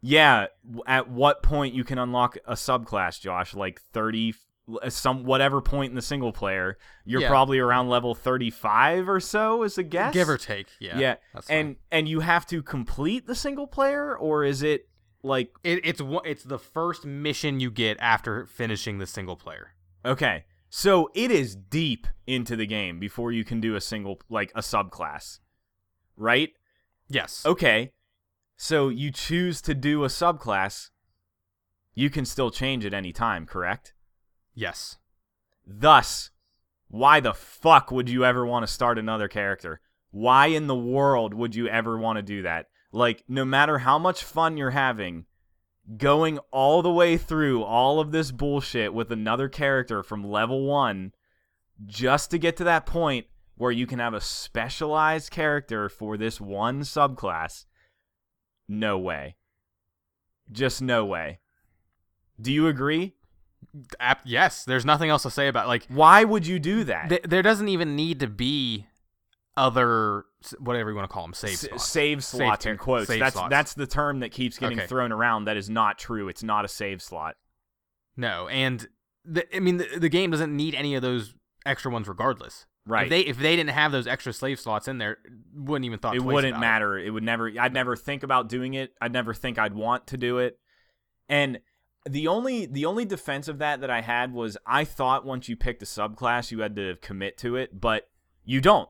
S1: yeah, w- at what point you can unlock a subclass, Josh? Like thirty, f- some whatever point in the single player, you're
S2: Yeah.
S1: probably around level thirty-five or so, is a guess.
S2: give or take. Yeah.
S1: yeah,
S2: that's fine.
S1: and and you have to complete the single player, or is it like
S2: It, it's one- it's the first mission you get after finishing the single player.
S1: Okay. So it is deep into the game before you can do a single like a subclass. Right?
S2: Yes.
S1: Okay. So you choose to do a subclass, you can still change at any time, correct?
S2: Yes.
S1: Thus, why the fuck would you ever want to start another character? Why in the world would you ever want to do that? Like, no matter how much fun you're having, going all the way through all of this bullshit with another character from level one just to get to that point where you can have a specialized character for this one subclass. No way. Just no way. Do you agree?
S2: Ap- yes. There's nothing else to say about like
S1: Why would you do that?
S2: th- there doesn't even need to be other s- whatever you want to call them save
S1: S-
S2: spots.
S1: save
S2: Save
S1: slots
S2: ter-
S1: in quotes.
S2: save
S1: that's
S2: slots.
S1: that's the term that keeps getting
S2: Okay.
S1: thrown around. That is not true. It's not a save slot.
S2: No, and the, I mean the, the game doesn't need any of those extra ones regardless.
S1: Right.
S2: If they if they didn't have those extra slave slots in there, wouldn't even thought
S1: it
S2: twice
S1: wouldn't
S2: about
S1: matter. It. would never. I'd never think about doing it. I'd never think I'd want to do it. And the only the only defense of that that I had was I thought once you picked a subclass you had to commit to it, but you don't.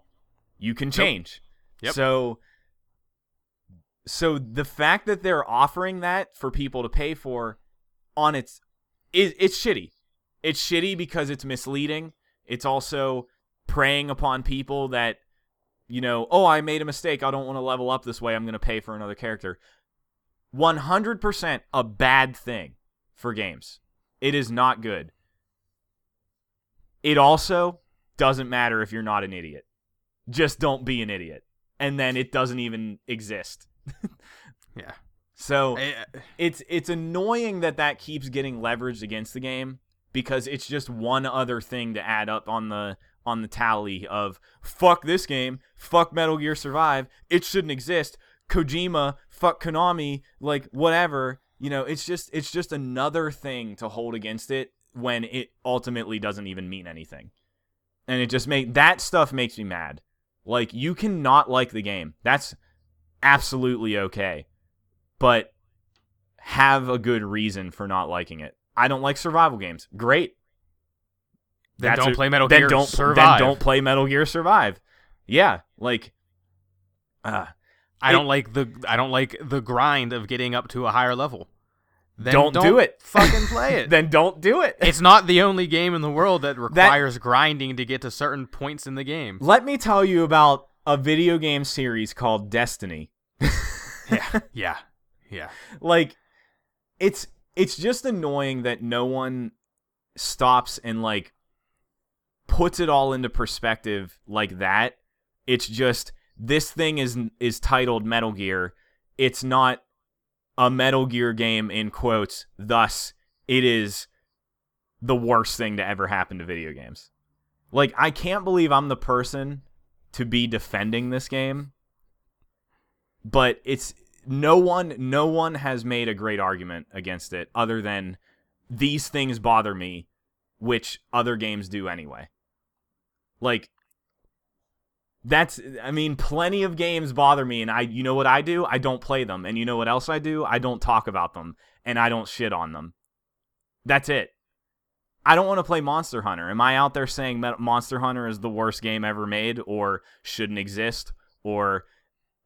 S1: You can change.
S2: Yep.
S1: So so the fact that they're offering that for people to pay for on its is it's shitty. It's shitty because it's misleading. It's also preying upon people that you know, oh, I made a mistake. I don't want to level up this way. I'm going to pay for another character. 100% a bad thing for games. It is not good. It also doesn't matter if you're not an idiot. Just don't be an idiot. And then it doesn't even exist. <laughs>
S2: Yeah.
S1: So
S2: Eh,
S1: it's it's annoying that that keeps getting leveraged against the game because it's just one other thing to add up on the on the tally of fuck this game, fuck Metal Gear Survive, it shouldn't exist, Kojima, fuck Konami, like whatever, you know, it's just it's just another thing to hold against it when it ultimately doesn't even mean anything. And it just make that stuff makes me mad. Like you cannot like the game. That's absolutely okay. But have a good reason for not liking it. I don't like survival games. Great.
S2: Then
S1: That's
S2: don't
S1: a-
S2: play Metal
S1: then
S2: Gear
S1: Don't, Then
S2: Survive.
S1: don't play Metal Gear Survive. Yeah, like, uh,
S2: I
S1: it-
S2: don't like the I don't like the grind of getting up to a higher level. Then
S1: Don't do it.
S2: <laughs> Fucking
S1: <laughs>
S2: play it.
S1: then don't do it.
S2: it's not the only game in the world that requires grinding to get to certain points in the game.
S1: <laughs> Let me tell you about a video game series called Destiny.
S2: yeah. Yeah. Yeah.
S1: like it's it's just annoying that no one stops and like puts it all into perspective like that. It's just this thing is is titled Metal Gear. It's not a Metal Gear game in quotes. Thus, it is the worst thing to ever happen to video games. Like I can't believe I'm the person to be defending this game. But it's no one no one has made a great argument against it other than these things bother me which other games do anyway. Like that's I mean plenty of games bother me and I you know what I do? I don't play them. And you know what else I do? I don't talk about them and I don't shit on them. That's it. I don't want to play Monster Hunter. Am I out there saying Monster Hunter is the worst game ever made or shouldn't exist or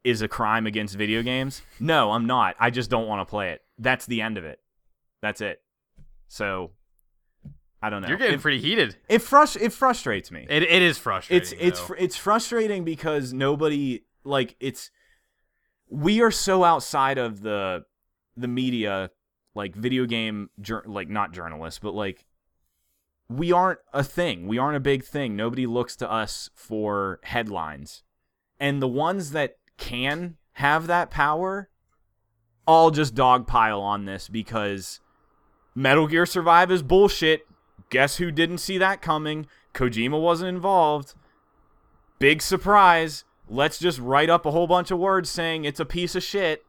S1: is a crime against video games? No, I'm not. I just don't want to play it. That's the end of it. That's it. So I don't know.
S2: You're getting
S1: it,
S2: pretty heated.
S1: it frus- it frustrates me.
S2: It, it is frustrating.
S1: it's it's
S2: though.
S1: fr- it's frustrating because nobody like it's we are so outside of the the media like video game jour- like not journalists but like we aren't a thing we aren't a big thing nobody looks to us for headlines and the ones that can have that power all just dogpile on this because Metal Gear Survive is bullshit. Guess who didn't see that coming? Kojima wasn't involved. Big surprise. Let's just write up a whole bunch of words saying it's a piece of shit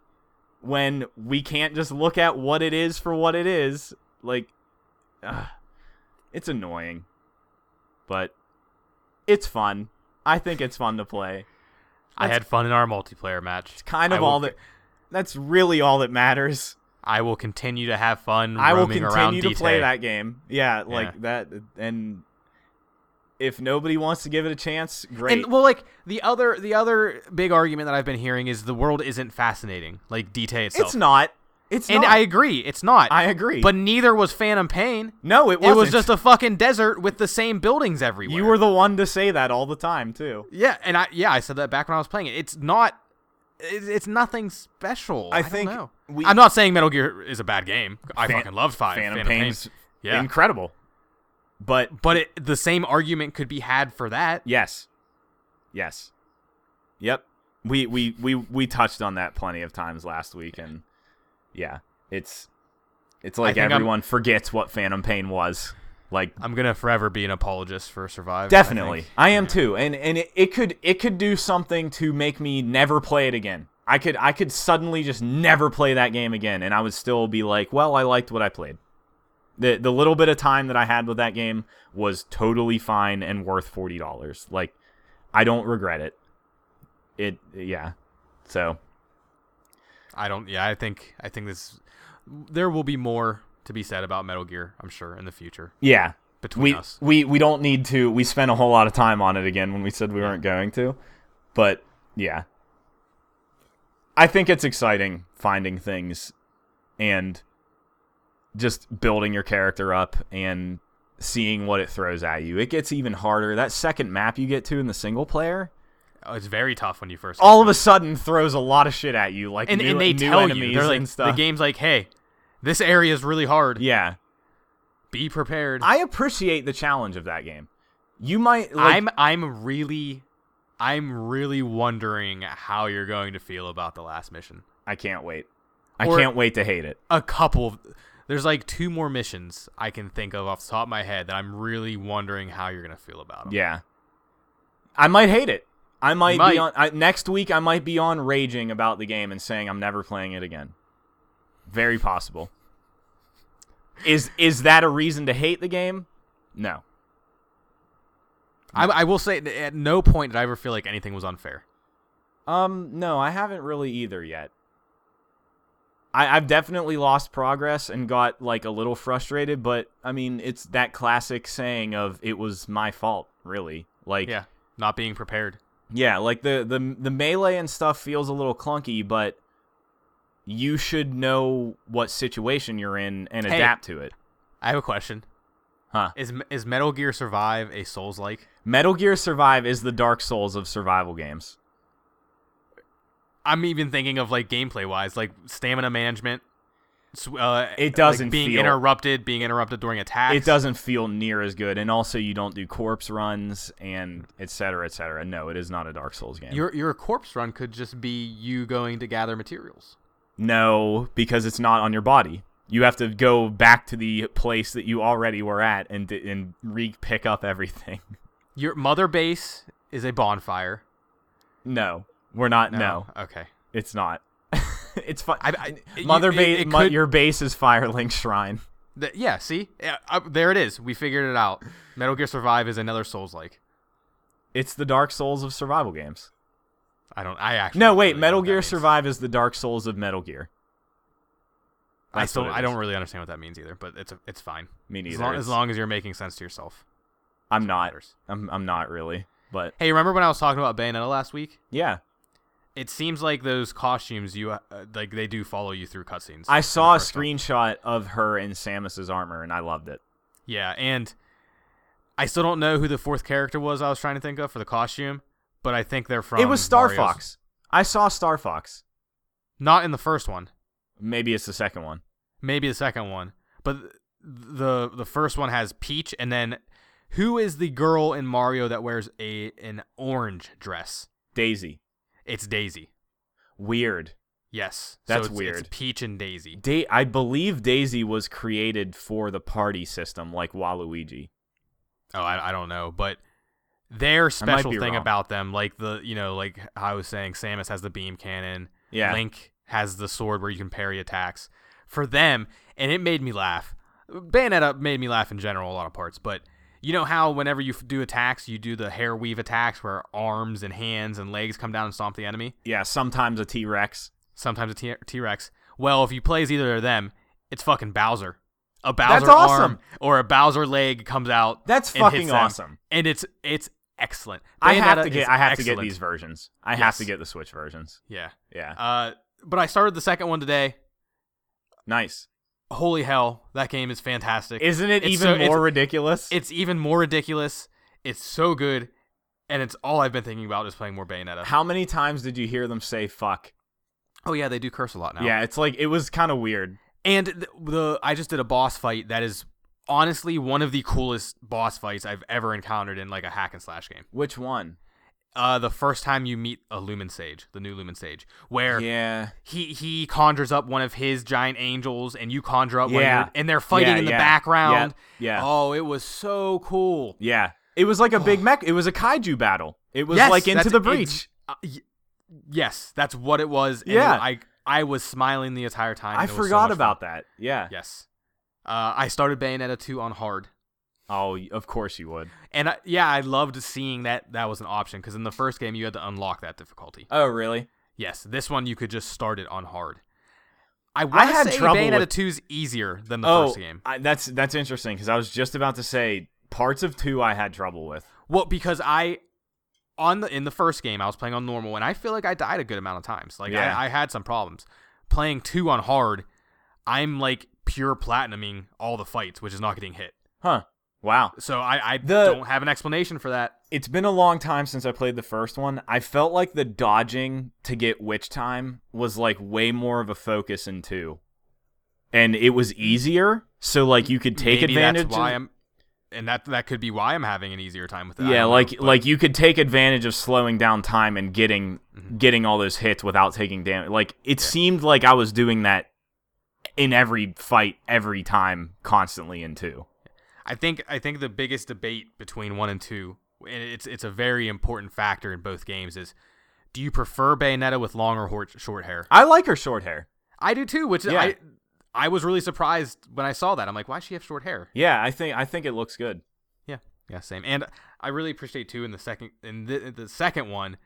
S1: when we can't just look at what it is for what it is. Like, ugh. it's annoying. But it's fun. I think it's fun to play.
S2: I had fun in our multiplayer match. It's
S1: Kind of all that. That's really all that matters.
S2: I will continue to have fun.
S1: I will
S2: roaming around
S1: continue to
S2: DT.
S1: play that game. Yeah, like
S2: Yeah.
S1: that. And if nobody wants to give it a chance, great.
S2: And well, like the other the other big argument that I've been hearing is the world isn't fascinating. Like DT itself.
S1: it's not. It's
S2: And
S1: not.
S2: I agree, it's not.
S1: I agree.
S2: But neither was Phantom Pain.
S1: no, it
S2: It
S1: wasn't.
S2: was just a fucking desert with the same buildings everywhere.
S1: you were the one to say that all the time too.
S2: yeah, and I yeah I said that back when I was playing it. It's not. It's, it's nothing special.
S1: I
S2: don't
S1: think
S2: know.
S1: we-
S2: I'm not saying Metal Gear is a bad game. I
S1: Fan-
S2: fucking loved
S1: <laughs>
S2: Five.
S1: Phantom,
S2: Pain.
S1: Pain's
S2: Yeah.
S1: incredible. But
S2: But it, the same argument could be had for that.
S1: yes, yes, yep. We we we we touched on that plenty of times last week, and yeah, it's it's like
S2: think I'm-
S1: everyone forgets what Phantom Pain was. Like
S2: I'm gonna forever be an apologist for Survive.
S1: Definitely,
S2: I think.
S1: I, am too, and and it, it could it could do something to make me never play it again. I could I could suddenly just never play that game again, and I would still be like, well, I liked what I played. the The little bit of time that I had with that game was totally fine and worth forty dollars. Like, I don't regret it. It yeah, so
S2: I don't. Yeah, I think. I think this. There will be more to be said about Metal Gear. I'm sure in the future
S1: yeah.
S2: between
S1: We,
S2: us.
S1: we we don't need to. We spent a whole lot of time on it again when we said we weren't going to, but yeah, I think it's exciting finding things and just building your character up and seeing what it throws at you. It gets even harder. That second map you get to in the single player,
S2: Oh, it's very tough when you first.
S1: all of a sudden throws a lot of shit at you. Like
S2: and,
S1: new,
S2: and they
S1: new
S2: tell
S1: enemies
S2: you they're like
S1: and stuff.
S2: the game's like, hey, this area is really hard.
S1: yeah,
S2: Be prepared.
S1: I appreciate the challenge of that game. You might. Like,
S2: I'm I'm really I'm really wondering how you're going to feel about the last mission.
S1: I can't wait. I
S2: Or-
S1: can't wait to hate it.
S2: A couple of, there's like two more missions I can think of off the top of my head that I'm really wondering how you're gonna feel about them.
S1: Yeah. I might hate it. I might,
S2: might.
S1: be on I, next week. I might be on raging about the game and saying I'm never playing it again. Very possible. Is is that a reason to hate the game? No.
S2: I, I will say that at no point did I ever feel like anything was unfair.
S1: Um, no, I haven't really either yet. I, I've definitely lost progress and got like a little frustrated, but I mean, it's that classic saying of "it was my fault," really. Like,
S2: Yeah, not being prepared.
S1: Yeah, like the the the melee and stuff feels a little clunky, but you should know what situation you're in and
S2: Hey.
S1: adapt to it.
S2: I have a question.
S1: Huh.
S2: Is is Metal Gear Survive a Souls like?
S1: Metal Gear Survive is the Dark Souls of survival games.
S2: I'm even thinking of like gameplay wise, like stamina management, s- uh,
S1: It
S2: like,
S1: doesn't
S2: being
S1: feel-
S2: interrupted, being interrupted during attacks.
S1: It doesn't feel near as good, and also you don't do corpse runs and et cetera, et cetera. No, it is not a Dark Souls game.
S2: Your your corpse run could just be you going to gather materials.
S1: no, because it's not on your body. You have to go back to the place that you already were at and and re pick up everything. <laughs>
S2: Your mother base is a bonfire. Oh,
S1: No, we're not. No,
S2: Okay.
S1: it's not. <laughs> it's fun.
S2: I- I-
S1: Mother
S2: it-
S1: base,
S2: it
S1: mo-
S2: could-
S1: your base is Firelink Shrine.
S2: Th- yeah. See, yeah, uh, there it is. We figured it out. Metal Gear Survive is another Souls like.
S1: It's the Dark Souls of survival games.
S2: I don't. I actually
S1: No,
S2: don't
S1: wait.
S2: really know
S1: Metal
S2: what that
S1: Gear
S2: means.
S1: Survive is the Dark Souls of Metal Gear.
S2: I
S1: That's
S2: still.
S1: what it
S2: I
S1: is.
S2: don't really understand what that means either. But it's a, it's fine.
S1: Me neither.
S2: As long,
S1: It's-
S2: as long as you're making sense to yourself.
S1: I'm not.
S2: matters.
S1: I'm, I'm not really. But
S2: Hey, remember when I was talking about Bayonetta last week?
S1: yeah,
S2: It seems like those costumes you uh, uh, like they do follow you through cutscenes.
S1: I
S2: in the
S1: saw a
S2: first one.
S1: screenshot of her in Samus's armor and I loved it.
S2: Yeah, and I still don't know who the fourth character was. I was trying to think of for the costume, but I think they're from.
S1: it was Star
S2: Mario's-
S1: Fox. I saw Star Fox.
S2: Not in the first one.
S1: Maybe it's the second one.
S2: Maybe the second one, but th- the the first one has Peach, and then who is the girl in Mario that wears a an orange dress?
S1: Daisy.
S2: It's Daisy.
S1: Weird.
S2: Yes,
S1: That's
S2: so it's,
S1: weird.
S2: It's Peach and Daisy.
S1: Da- I believe Daisy was created for the party system, like Waluigi.
S2: Oh, I, I don't know, but their special
S1: be
S2: thing
S1: wrong.
S2: about them, like the you know, like I was saying, Samus has the beam cannon.
S1: Yeah.
S2: Link has the sword where you can parry attacks. For them, and it made me laugh. Bayonetta made me laugh in general a lot of parts, but you know how whenever you f- do attacks, you do the hair weave attacks where arms and hands and legs come down and stomp the enemy.
S1: Yeah, sometimes a T Rex.
S2: Sometimes a T- T-Rex. Well, if you play as either of them, it's fucking Bowser. A Bowser
S1: awesome.
S2: arm or a Bowser leg comes out.
S1: That's
S2: and hits
S1: fucking
S2: them,
S1: awesome.
S2: and it's it's excellent.
S1: I have
S2: Bayonetta
S1: to get
S2: is
S1: I have to
S2: excellent.
S1: get these versions. I have to
S2: Yes.
S1: get the Switch versions.
S2: Yeah.
S1: Yeah.
S2: Uh, but I started the second one today.
S1: nice.
S2: holy hell, that game is fantastic.
S1: Isn't it
S2: it's
S1: even
S2: so- it's-
S1: more ridiculous?
S2: it's even more ridiculous. It's so good, and it's all I've been thinking about is playing more Bayonetta.
S1: How many times did you hear them say fuck?
S2: oh yeah, they do curse a lot now.
S1: Yeah, it's like it was kind of weird.
S2: and the, the I just did a boss fight that is honestly one of the coolest boss fights I've ever encountered in like a hack and slash game.
S1: Which one?
S2: Uh, the first time you meet a Lumen Sage, the new Lumen Sage, where
S1: Yeah.
S2: he he conjures up one of his giant angels and you conjure up one,
S1: Yeah.
S2: of your, and they're fighting
S1: Yeah,
S2: in the
S1: yeah.
S2: background.
S1: Yeah, yeah.
S2: Oh, it was so cool.
S1: Yeah. It was like a big mech. It was a kaiju battle. It was
S2: Yes,
S1: like Into
S2: that's
S1: the
S2: ex-
S1: Breach.
S2: uh, y- yes, that's what it was. and
S1: Yeah.
S2: it- I I was smiling the entire time.
S1: I
S2: and it was so
S1: forgot
S2: much
S1: about
S2: fun.
S1: that. Yeah.
S2: Yes, uh, I started Bayonetta two on hard,
S1: Oh, y- of course you would.
S2: and I, yeah, I loved seeing that that was an option because in the first game you had to unlock that difficulty.
S1: Oh, really?
S2: Yes, this one you could just start it on hard. I,
S1: I
S2: wanna
S1: had
S2: say
S1: trouble
S2: Bayonetta
S1: with-
S2: two's easier than the
S1: oh,
S2: first game.
S1: I, that's that's interesting because I was just about to say parts of two I had trouble with.
S2: Well, because I on the in the first game I was playing on normal, and I feel like I died a good amount of times. Like
S1: Yeah.
S2: I, I had some problems playing two on hard. I'm like pure platinuming all the fights, which is not getting hit.
S1: Huh. Wow.
S2: So I, I
S1: The-
S2: don't have an explanation for that.
S1: It's been a long time since I played the first one. I felt like the dodging to get witch time was like way more of a focus in two. And it was easier, so like you could take
S2: Maybe
S1: advantage
S2: That's
S1: of-
S2: why I'm, and that that could be why I'm having an easier time with that. I
S1: Yeah,
S2: don't know,
S1: like
S2: but-
S1: like you could take advantage of slowing down time and getting
S2: Mm-hmm.
S1: getting all those hits without taking damage. Like it seemed like I was doing that in every fight, every time, constantly in two.
S2: I think I think the biggest debate between one and two, and it's it's a very important factor in both games, is do you prefer Bayonetta with long or hor- short hair?
S1: I like her short hair.
S2: I do too, which
S1: Yeah.
S2: I I was really surprised when I saw that. I'm like, why does she have short hair?
S1: Yeah, I think I think it looks good.
S2: Yeah, yeah, same. And I really appreciate too in the second in the, the second one,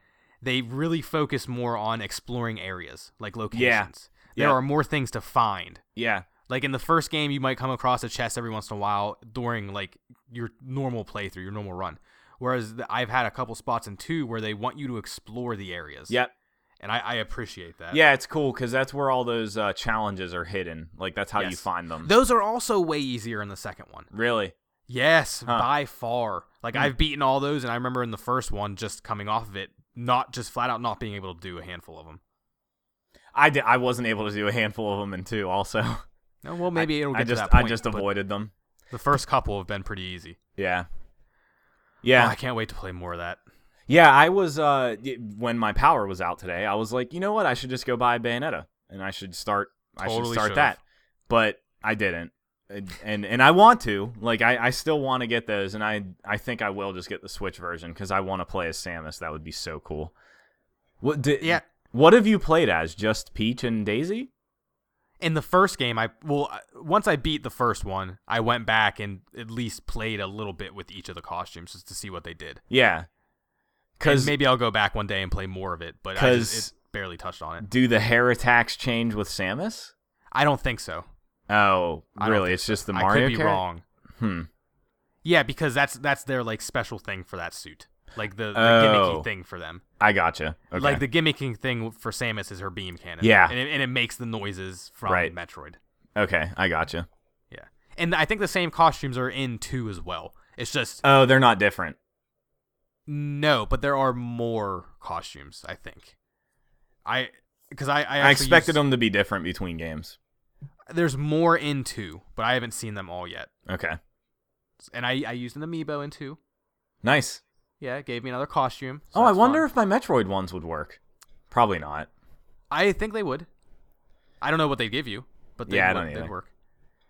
S2: they really focus more on exploring areas like locations. There
S1: Yeah.
S2: are more things to find.
S1: Yeah,
S2: Like in the first game, you might come across a chest every once in a while during like your normal playthrough, your normal run. Whereas the, I've had a couple spots in two where they want you to explore the areas.
S1: yep.
S2: and I, I appreciate that.
S1: Yeah, it's cool because that's where all those uh, challenges are hidden. Like that's how you
S2: Yes.
S1: find them.
S2: those are also way easier in the second one.
S1: really?
S2: Yes,
S1: Huh. Hmm.
S2: by far. Like I've beaten all those, and I remember in the first one, just coming off of it, not just flat out not being able to do a handful of them.
S1: I did, I wasn't able to do a handful of them in two. Also, <laughs>
S2: No, Oh, well, maybe it'll get
S1: I just
S2: to that point.
S1: I just
S2: but
S1: avoided them.
S2: The first couple have been pretty easy.
S1: Yeah.
S2: Oh,
S1: Yeah.
S2: I can't wait to play more of that.
S1: Yeah, I was uh y- when my power was out today, I was like, you know what, I should just go buy Bayonetta and I should start I should
S2: Totally
S1: start
S2: should've.
S1: that. But I didn't. And and, and I want to. Like I, I still want to get those and I I think I will just get the Switch version cuz I want to play as Samus. That would be so cool. What did
S2: Yeah.
S1: What have you played as? Just Peach and Daisy?
S2: In the first game, I well, I- once I beat the first one, I went back and at least played a little bit with each of the costumes just to see what they did.
S1: Yeah.
S2: Because
S1: Cuz
S2: maybe I'll go back one day and play more of it, but I just,
S1: 'Cause-
S2: it barely touched on it.
S1: do the hair attacks change with Samus?
S2: I don't think so.
S1: Oh,
S2: I don't
S1: really?
S2: think
S1: It's just the
S2: I
S1: Mario
S2: could be
S1: character?
S2: wrong.
S1: Hmm.
S2: Yeah, because that's that's their like special thing for that suit, like the, the
S1: Oh.
S2: gimmicky thing for them.
S1: I gotcha. Okay.
S2: Like the gimmicking thing for Samus is her beam cannon.
S1: Yeah.
S2: and it, and it makes the noises from
S1: Right.
S2: Metroid.
S1: Okay, I gotcha.
S2: Yeah, and I think the same costumes are in two as well. It's just
S1: Oh, they're not different.
S2: no, but there are more costumes. I think I because I I,
S1: I,
S2: actually
S1: expected
S2: used-
S1: them to be different between games.
S2: There's more in two, but I haven't seen them all yet.
S1: Okay,
S2: And I I used an amiibo in two.
S1: nice.
S2: Yeah, it gave me another costume. so
S1: oh, I
S2: that's
S1: wonder
S2: fun.
S1: if my Metroid ones would work. Probably not.
S2: I think they would. I don't know what they give you, but they
S1: Yeah, I
S2: would,
S1: don't
S2: they'd
S1: either.
S2: work.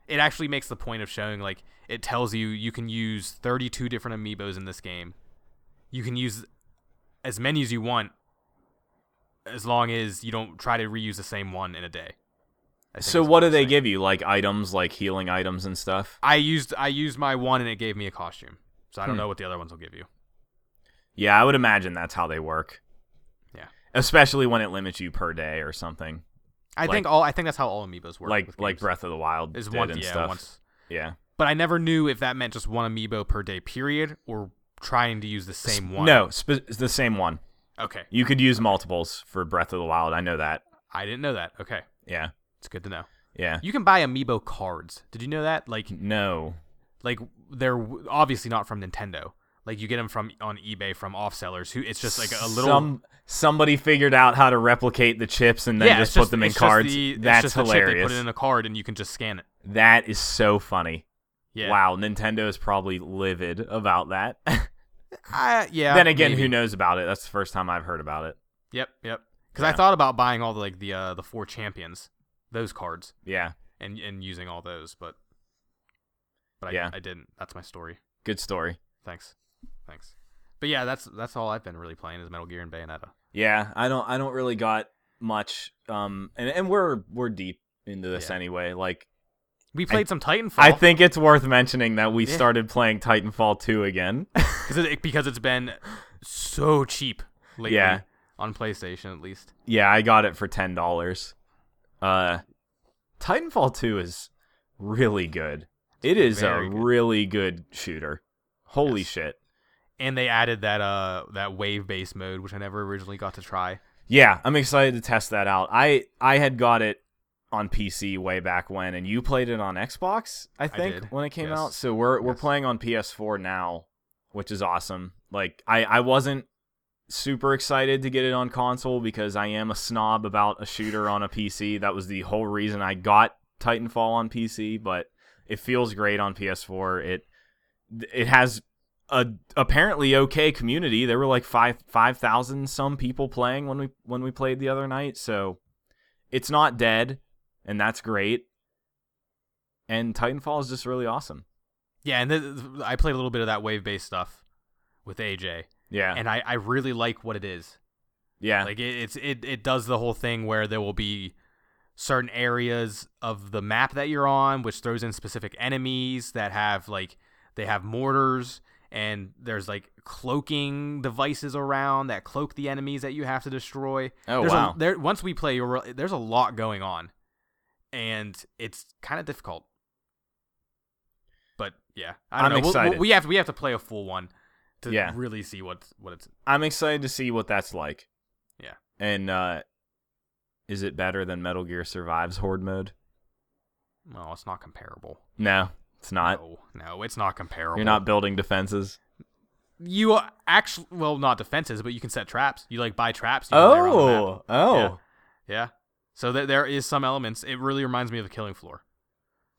S2: It actually makes the point of showing like it tells you you can use 32 different amiibos in this game. You can use as many as you want as long as you don't try to reuse the same one in a day. I think
S1: So
S2: is
S1: what do
S2: it's
S1: they
S2: saying.
S1: give you? Like items, like healing items and stuff.
S2: I used I used my one and it gave me a costume. So I don't
S1: Hmm.
S2: know what the other ones will give you.
S1: Yeah, I would imagine that's how they work.
S2: Yeah.
S1: Especially when it limits you per day or something,
S2: I
S1: Like-
S2: think all I think that's how all amiibos work.
S1: like
S2: with
S1: like
S2: games.
S1: Breath of the Wild
S2: is
S1: did
S2: once
S1: and
S2: yeah,
S1: stuff.
S2: once
S1: Yeah.
S2: but I never knew if that meant just one amiibo per day period or trying to use the same one.
S1: No, sp- the same one.
S2: Okay.
S1: You could use multiples for Breath of the Wild. I know that.
S2: I didn't know that. Okay.
S1: Yeah.
S2: It's good to know.
S1: Yeah.
S2: You can buy amiibo cards. Did you know that? Like
S1: No.
S2: like they're w- obviously not from Nintendo. Like you get them from on eBay from off sellers who it's just like a little
S1: Some, somebody figured out how to replicate the chips and then
S2: yeah,
S1: just
S2: it's
S1: put them in
S2: it's just
S1: cards.
S2: the- it's
S1: That's
S2: just the chip,
S1: hilarious.
S2: they put it in a card and you can just scan it.
S1: that is so funny.
S2: Yeah.
S1: Wow, Nintendo is probably livid about that. <laughs>
S2: I, yeah.
S1: then again,
S2: maybe.
S1: who knows about it? That's the first time I've heard about it.
S2: Yep. Yep. Because I
S1: Yeah.
S2: thought about buying all the like the uh, the four champions, those cards,
S1: Yeah,
S2: and and using all those, but but I,
S1: Yeah.
S2: I didn't. That's my story.
S1: good story.
S2: Thanks, thanks. But yeah, that's that's all I've been really playing is Metal Gear and Bayonetta.
S1: Yeah, I don't, I don't really got much. Um, and, and we're we're deep into this
S2: Yeah.
S1: anyway. Like,
S2: We played some Titanfall.
S1: I think it's worth mentioning that we
S2: Yeah.
S1: started playing Titanfall 2 again. <laughs>
S2: because it, because it's been so cheap lately
S1: Yeah.
S2: on PlayStation at least.
S1: Yeah, I got it for ten dollars. Uh, Titanfall Two is really good. It is
S2: Very
S1: a
S2: good.
S1: really good shooter. Holy
S2: Yes.
S1: shit!
S2: And they added that uh that wave based mode which I never originally got to try.
S1: Yeah, I'm excited to test that out. I I had got it on PC way back when, and you played it on Xbox, I think,
S2: did,
S1: when it came
S2: yes.
S1: out. So we're we're
S2: Yes.
S1: playing on PS4 now, which is awesome. Like I I wasn't super excited to get it on console because I am a snob about a shooter on a PC. That was the whole reason I got Titanfall on PC, but it feels great on PS4. It it has a apparently okay community. There were like five five thousand some people playing when we when we played the other night. So it's not dead, and that's great. And Titanfall is just really awesome.
S2: Yeah, and th- th- I played a little bit of that wave based stuff with AJ,
S1: Yeah,
S2: and I, I really like what it is.
S1: yeah,
S2: Like it, it's it it does the whole thing where there will be certain areas of the map that you're on, which throws in specific enemies that have like they have mortars and there's like cloaking devices around that cloak the enemies that you have to destroy.
S1: oh
S2: there's
S1: wow,
S2: A, there once we play, you're re- there's a lot going on, and it's kind of difficult. But yeah, I don't
S1: I'm
S2: know. We'll- we'll-
S1: excited.
S2: we have we have to play a full one to
S1: Yeah.
S2: really see what what it's
S1: I'm excited to see what that's like.
S2: Yeah.
S1: and uh, is it better than Metal Gear Survives Horde mode?
S2: no, it's not comparable.
S1: No, it's not.
S2: no, no, it's not comparable.
S1: You're not building defenses.
S2: You are actually well, not defenses, but you can set traps. You like buy traps. You can lay around the map.
S1: Oh, oh,
S2: yeah. So there there is some elements. It really reminds me of the Killing Floor.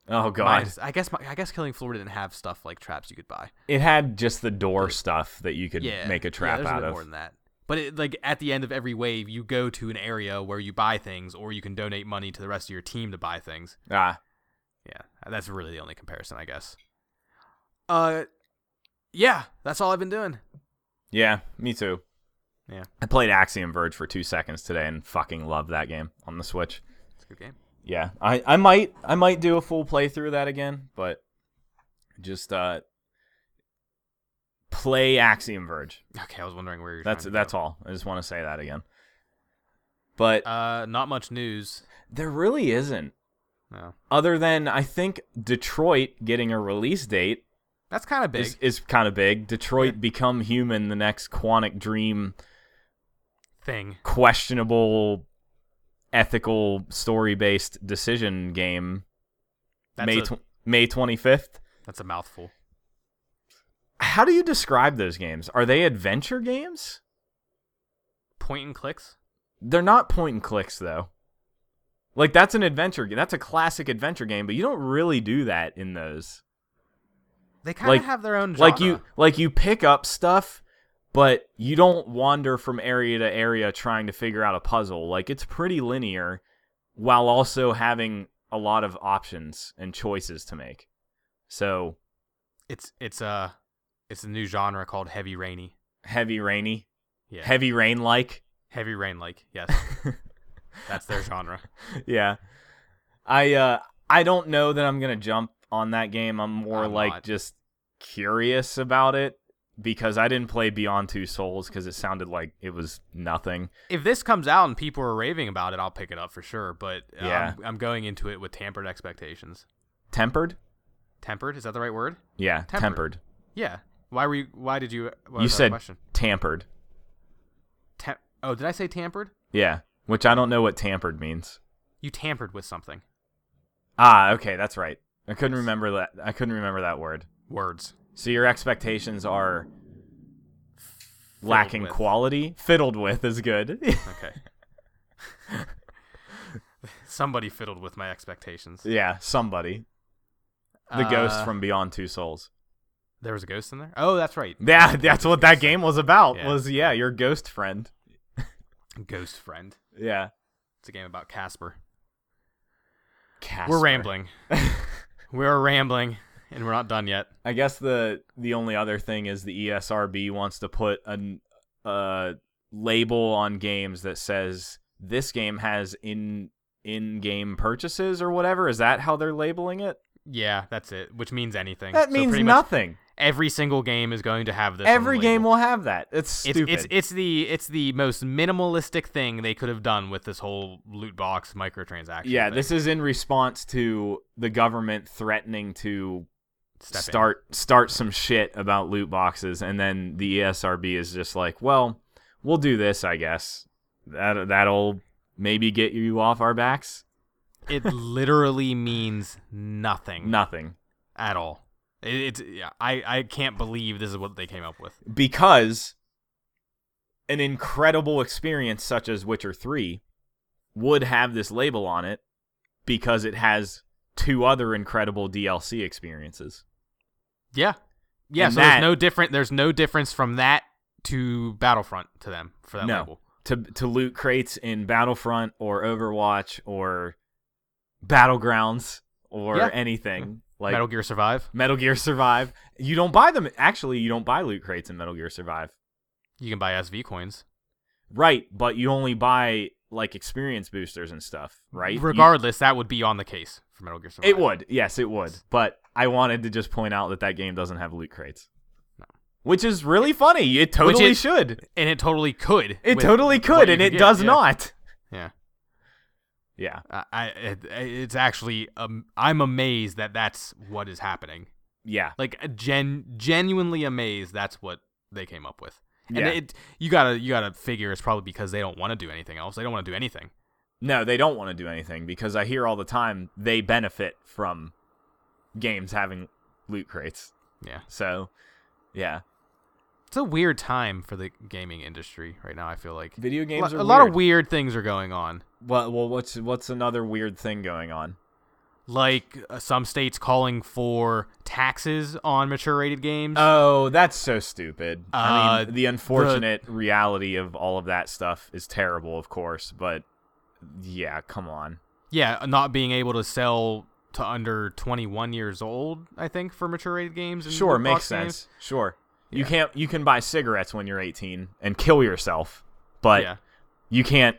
S1: Oh god,
S2: Mine's- I guess my, I guess Killing Floor didn't have stuff like traps you could buy.
S1: it had just the door stuff that you could
S2: Yeah,
S1: make
S2: yeah,
S1: a trap
S2: there's
S1: out
S2: bit
S1: of.
S2: more than that. But it, like at the end of every wave, you go to an area where you buy things, or you can donate money to the rest of your team to buy things.
S1: Ah,
S2: Yeah, that's really the only comparison, I guess. Uh, yeah, that's all I've been doing.
S1: yeah, me too.
S2: Yeah.
S1: I played Axiom Verge for two seconds today and fucking loved that game on the Switch.
S2: It's a good game.
S1: Yeah, I, I might I might do a full playthrough of that again, but just uh play Axiom Verge.
S2: Okay, I was wondering where you're.
S1: That's
S2: trying to
S1: that's
S2: go.
S1: all. I just want to say that again. But
S2: Uh, not much news.
S1: there really isn't
S2: No,
S1: other than I think Detroit getting a release date
S2: that's kind of big.
S1: is, is kind of big. Detroit Become Human, the next Quantic Dream
S2: thing. questionable
S1: questionable ethical story based decision game.
S2: That's
S1: May
S2: a,
S1: tw- May twenty fifth.
S2: that's a mouthful.
S1: How do you describe those games? Are they adventure games?
S2: Point and clicks.
S1: They're not point and clicks though. Like that's an adventure game. That's a classic adventure game, but you don't really do that in those.
S2: They kind of
S1: Like-
S2: have their own.
S1: Like
S2: genre.
S1: you like you pick up stuff, but you don't wander from area to area trying to figure out a puzzle. Like it's pretty linear while also having a lot of options and choices to make. So,
S2: It's it's uh it's a new genre called heavy rainy.
S1: heavy rainy,
S2: Yeah.
S1: heavy rain
S2: <laughs>
S1: like.
S2: heavy rain like. Yes.
S1: <laughs>
S2: That's their genre.
S1: yeah. I uh I don't know that I'm going to jump on that game. I'm more
S2: I'm
S1: like
S2: not.
S1: just curious about it because I didn't play Beyond Two Souls cuz it sounded like it was nothing.
S2: If this comes out and people are raving about it, I'll pick it up for sure, but uh,
S1: Yeah.
S2: I'm, I'm going into it with tampered expectations.
S1: Tempered?
S2: Tempered, is that the right word?
S1: Yeah,
S2: Tempered.
S1: tempered.
S2: Yeah. Why were you why did you what
S1: you
S2: was that
S1: said
S2: question?
S1: tampered.
S2: Tam- Oh, did I say tampered?
S1: Yeah, which I don't know what tampered means.
S2: You tampered with something.
S1: Ah, okay, that's right. I couldn't
S2: Yes.
S1: remember that. I couldn't remember that word.
S2: Words.
S1: So your expectations are lacking
S2: with.
S1: quality. Fiddled with is good. <laughs>
S2: Okay. <laughs> Somebody fiddled with my expectations.
S1: yeah, somebody. The ghost
S2: Uh,
S1: from Beyond Two Souls.
S2: There was a ghost in there? Oh, that's right.
S1: Yeah, <laughs> that's what that game was about.
S2: Yeah.
S1: Was yeah, your ghost friend.
S2: Ghost friend.
S1: Yeah.
S2: It's a game about Casper.
S1: Casper. <laughs>
S2: We're rambling. we're rambling, and we're not done yet.
S1: I guess the the only other thing is the E ESRB wants to put an a label on games that says this game has in in game purchases or whatever. Is that how they're labeling it?
S2: Yeah, that's it. Which means anything.
S1: That
S2: So
S1: means
S2: pretty much
S1: nothing.
S2: every single game is going to have this. on the
S1: Every game
S2: label.
S1: will have that. It's
S2: It's,
S1: stupid.
S2: it's it's the it's the most minimalistic thing they could have done with this whole loot box microtransaction.
S1: yeah,
S2: thing.
S1: this is in response to the government threatening to
S2: Step in.
S1: start start some shit about loot boxes, and then the E ESRB is just like, well, we'll do this, I guess. That that'll maybe get you off our backs.
S2: It literally means nothing
S1: Nothing,
S2: at all. It, it's yeah, I I can't believe this is what they came up with.
S1: because an incredible experience such as Witcher Three would have this label on it because it has two other incredible DLC experiences.
S2: Yeah, yeah.
S1: And
S2: so
S1: that-
S2: there's no different. There's no difference from that to Battlefront to them for that
S1: No.
S2: label.
S1: to to loot crates in Battlefront or Overwatch or Battlegrounds or
S2: Yeah.
S1: anything like Metal-,
S2: Metal Gear Survive.
S1: Gear Survive. You don't buy them. Actually, you don't buy loot crates in Metal Gear Survive,
S2: You can buy SV coins.
S1: right? But you only buy like experience boosters and stuff, right? You-
S2: Regardless, that would be on the case for Metal Gear Survive.
S1: it would. Yes, it would. But I wanted to just point out that that game doesn't have loot crates.
S2: No.
S1: Which is really funny. It totally
S2: it-
S1: should.
S2: and it totally could.
S1: It
S2: with
S1: totally
S2: what
S1: could,
S2: you
S1: and
S2: could
S1: it
S2: get,
S1: does
S2: yeah.
S1: not.
S2: Yeah,
S1: Yeah.
S2: I, I, it, it's actually um, I'm amazed that that's what is happening.
S1: Yeah.
S2: Like gen, genuinely amazed that's what they came up with. And
S1: Yeah.
S2: it, you gotta you gotta figure it's probably because they don't want to do anything else. They don't want to do anything.
S1: No, they don't want to do anything because I hear all the time they benefit from games having loot crates.
S2: Yeah,
S1: So, yeah,
S2: it's a weird time for the gaming industry right now. I feel like
S1: video
S2: a,
S1: games
S2: lo-
S1: are
S2: a lot
S1: weird.
S2: of weird things are going on.
S1: Well, well, what's what's another weird thing going on?
S2: like uh, some states calling for taxes on mature rated games.
S1: Oh, that's so stupid. I
S2: Uh,
S1: mean, the unfortunate reality of all of that stuff is terrible, of course, but yeah, come on.
S2: yeah, not being able to sell to under 21 years old, I think, for mature rated games. and
S1: Sure,
S2: loot
S1: makes
S2: box games.
S1: sense. Sure. You can't you can buy cigarettes when you're 18 and kill yourself, but
S2: Yeah.
S1: you can't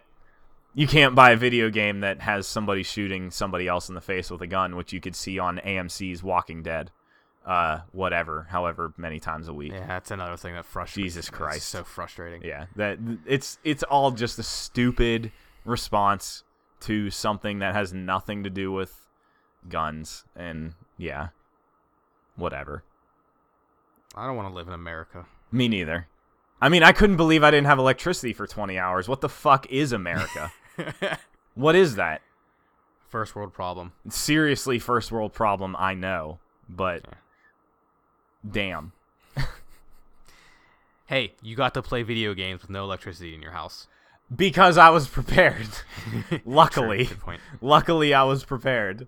S1: you can't buy a video game that has somebody shooting somebody else in the face with a gun, which you could see on AMC's Walking Dead, uh, whatever, however many times a week.
S2: Yeah, that's another thing that frustrates
S1: Jesus
S2: me. It's
S1: Christ.
S2: so frustrating.
S1: Yeah, that it's it's all just a stupid response to something that has nothing to do with guns and yeah, whatever.
S2: I don't want to live in America.
S1: Me neither. I mean, I couldn't believe I didn't have electricity for 20 hours. What the fuck is America? what is that?
S2: First world problem.
S1: Seriously, first world problem, I know, but damn.
S2: Hey, you got to play video games with no electricity in your house.
S1: Because I was prepared. luckily.
S2: Good point.
S1: Luckily, I was prepared.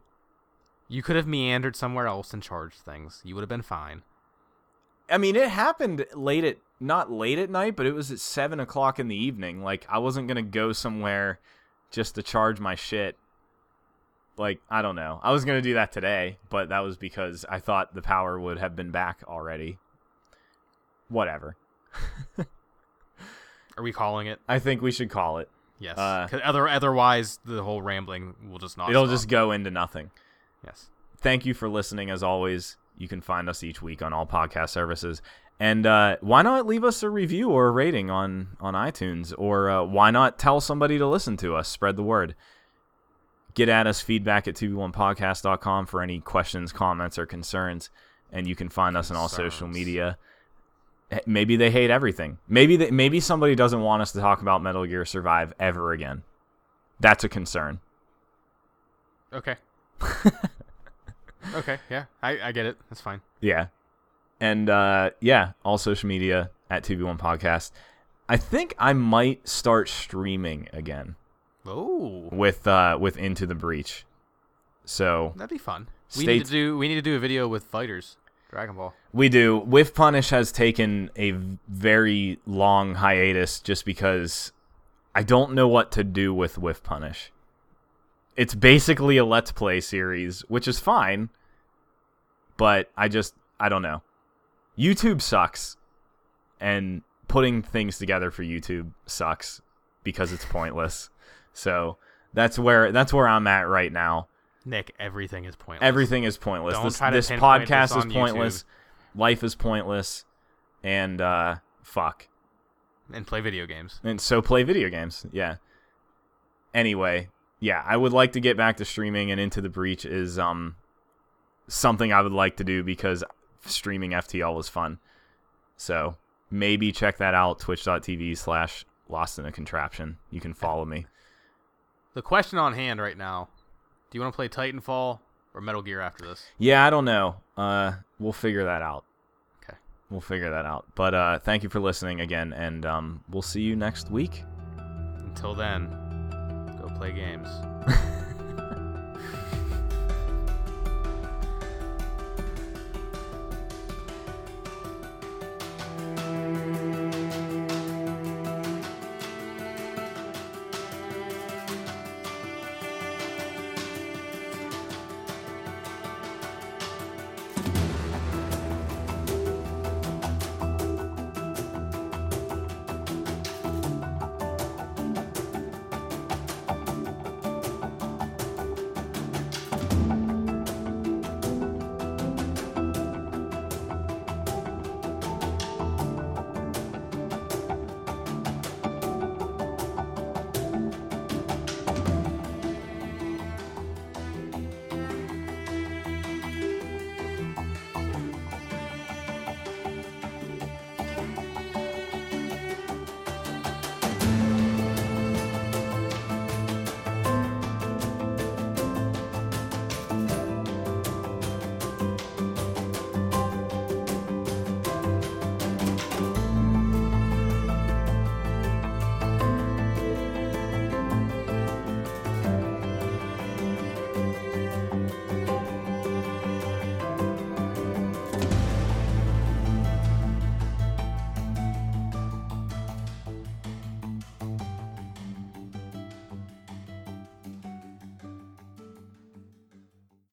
S2: You could have meandered somewhere else and charged things. You would have been fine.
S1: I mean, it happened late at not late at night, but it was at seven o'clock in the evening. Like I wasn't gonna go somewhere just to charge my shit. Like I don't know. I was gonna do that today, but that was because I thought the power would have been back already. Whatever.
S2: Are we calling it?
S1: I think we should call it.
S2: Yes.
S1: Uh,
S2: 'Cause other otherwise, the whole rambling will just not.
S1: It'll
S2: stop.
S1: just go into nothing.
S2: yes.
S1: Thank you for listening. As always, you can find us each week on all podcast services. And uh, why not leave us a review or a rating on on iTunes? Or uh, why not tell somebody to listen to us? Spread the word. Get at us feedback at 2b1podcast.com for any questions, comments, or concerns. And you can find us on all social
S2: Concerns.
S1: media. Eh, Maybe they hate everything. Maybe they, maybe somebody doesn't want us to talk about Metal Gear Survive ever again. That's a concern. <laughs>
S2: Okay. okay. Yeah. I, I get it. That's fine.
S1: Yeah. And uh, yeah, all social media at 2B1 Podcast. I think I might start streaming again
S2: Oh,
S1: with uh, with Into the Breach. So
S2: that'd be fun. We
S1: Stay
S2: need to do. We need to do a video with fighters. Dragon Ball.
S1: we do. Whiff Punish has taken a very long hiatus just because I don't know what to do with Whiff Punish. It's basically a Let's Play series, which is fine, but I just I don't know. YouTube sucks, and putting things together for YouTube sucks because it's pointless. So that's where that's where I'm at right now.
S2: Nick, everything is pointless.
S1: Everything is pointless.
S2: Don't
S1: this
S2: try to
S1: this
S2: pinpoint
S1: podcast
S2: this
S1: is
S2: on
S1: pointless. Life is pointless, and uh, fuck.
S2: and play video games.
S1: And so play video games. Yeah. Anyway, yeah, I would like to get back to streaming, and Into the Breach is um something I would like to do because streaming FTL was fun. So maybe check that out. Twitch.tv slash Lost in a Contraption. You can follow me.
S2: The question on hand right now: Do you want to play Titanfall or Metal Gear after this?
S1: Yeah, I don't know. Uh, we'll figure that out.
S2: Okay.
S1: We'll figure that out. But uh, thank you for listening again, and um, we'll see you next week.
S2: Until then, go play games.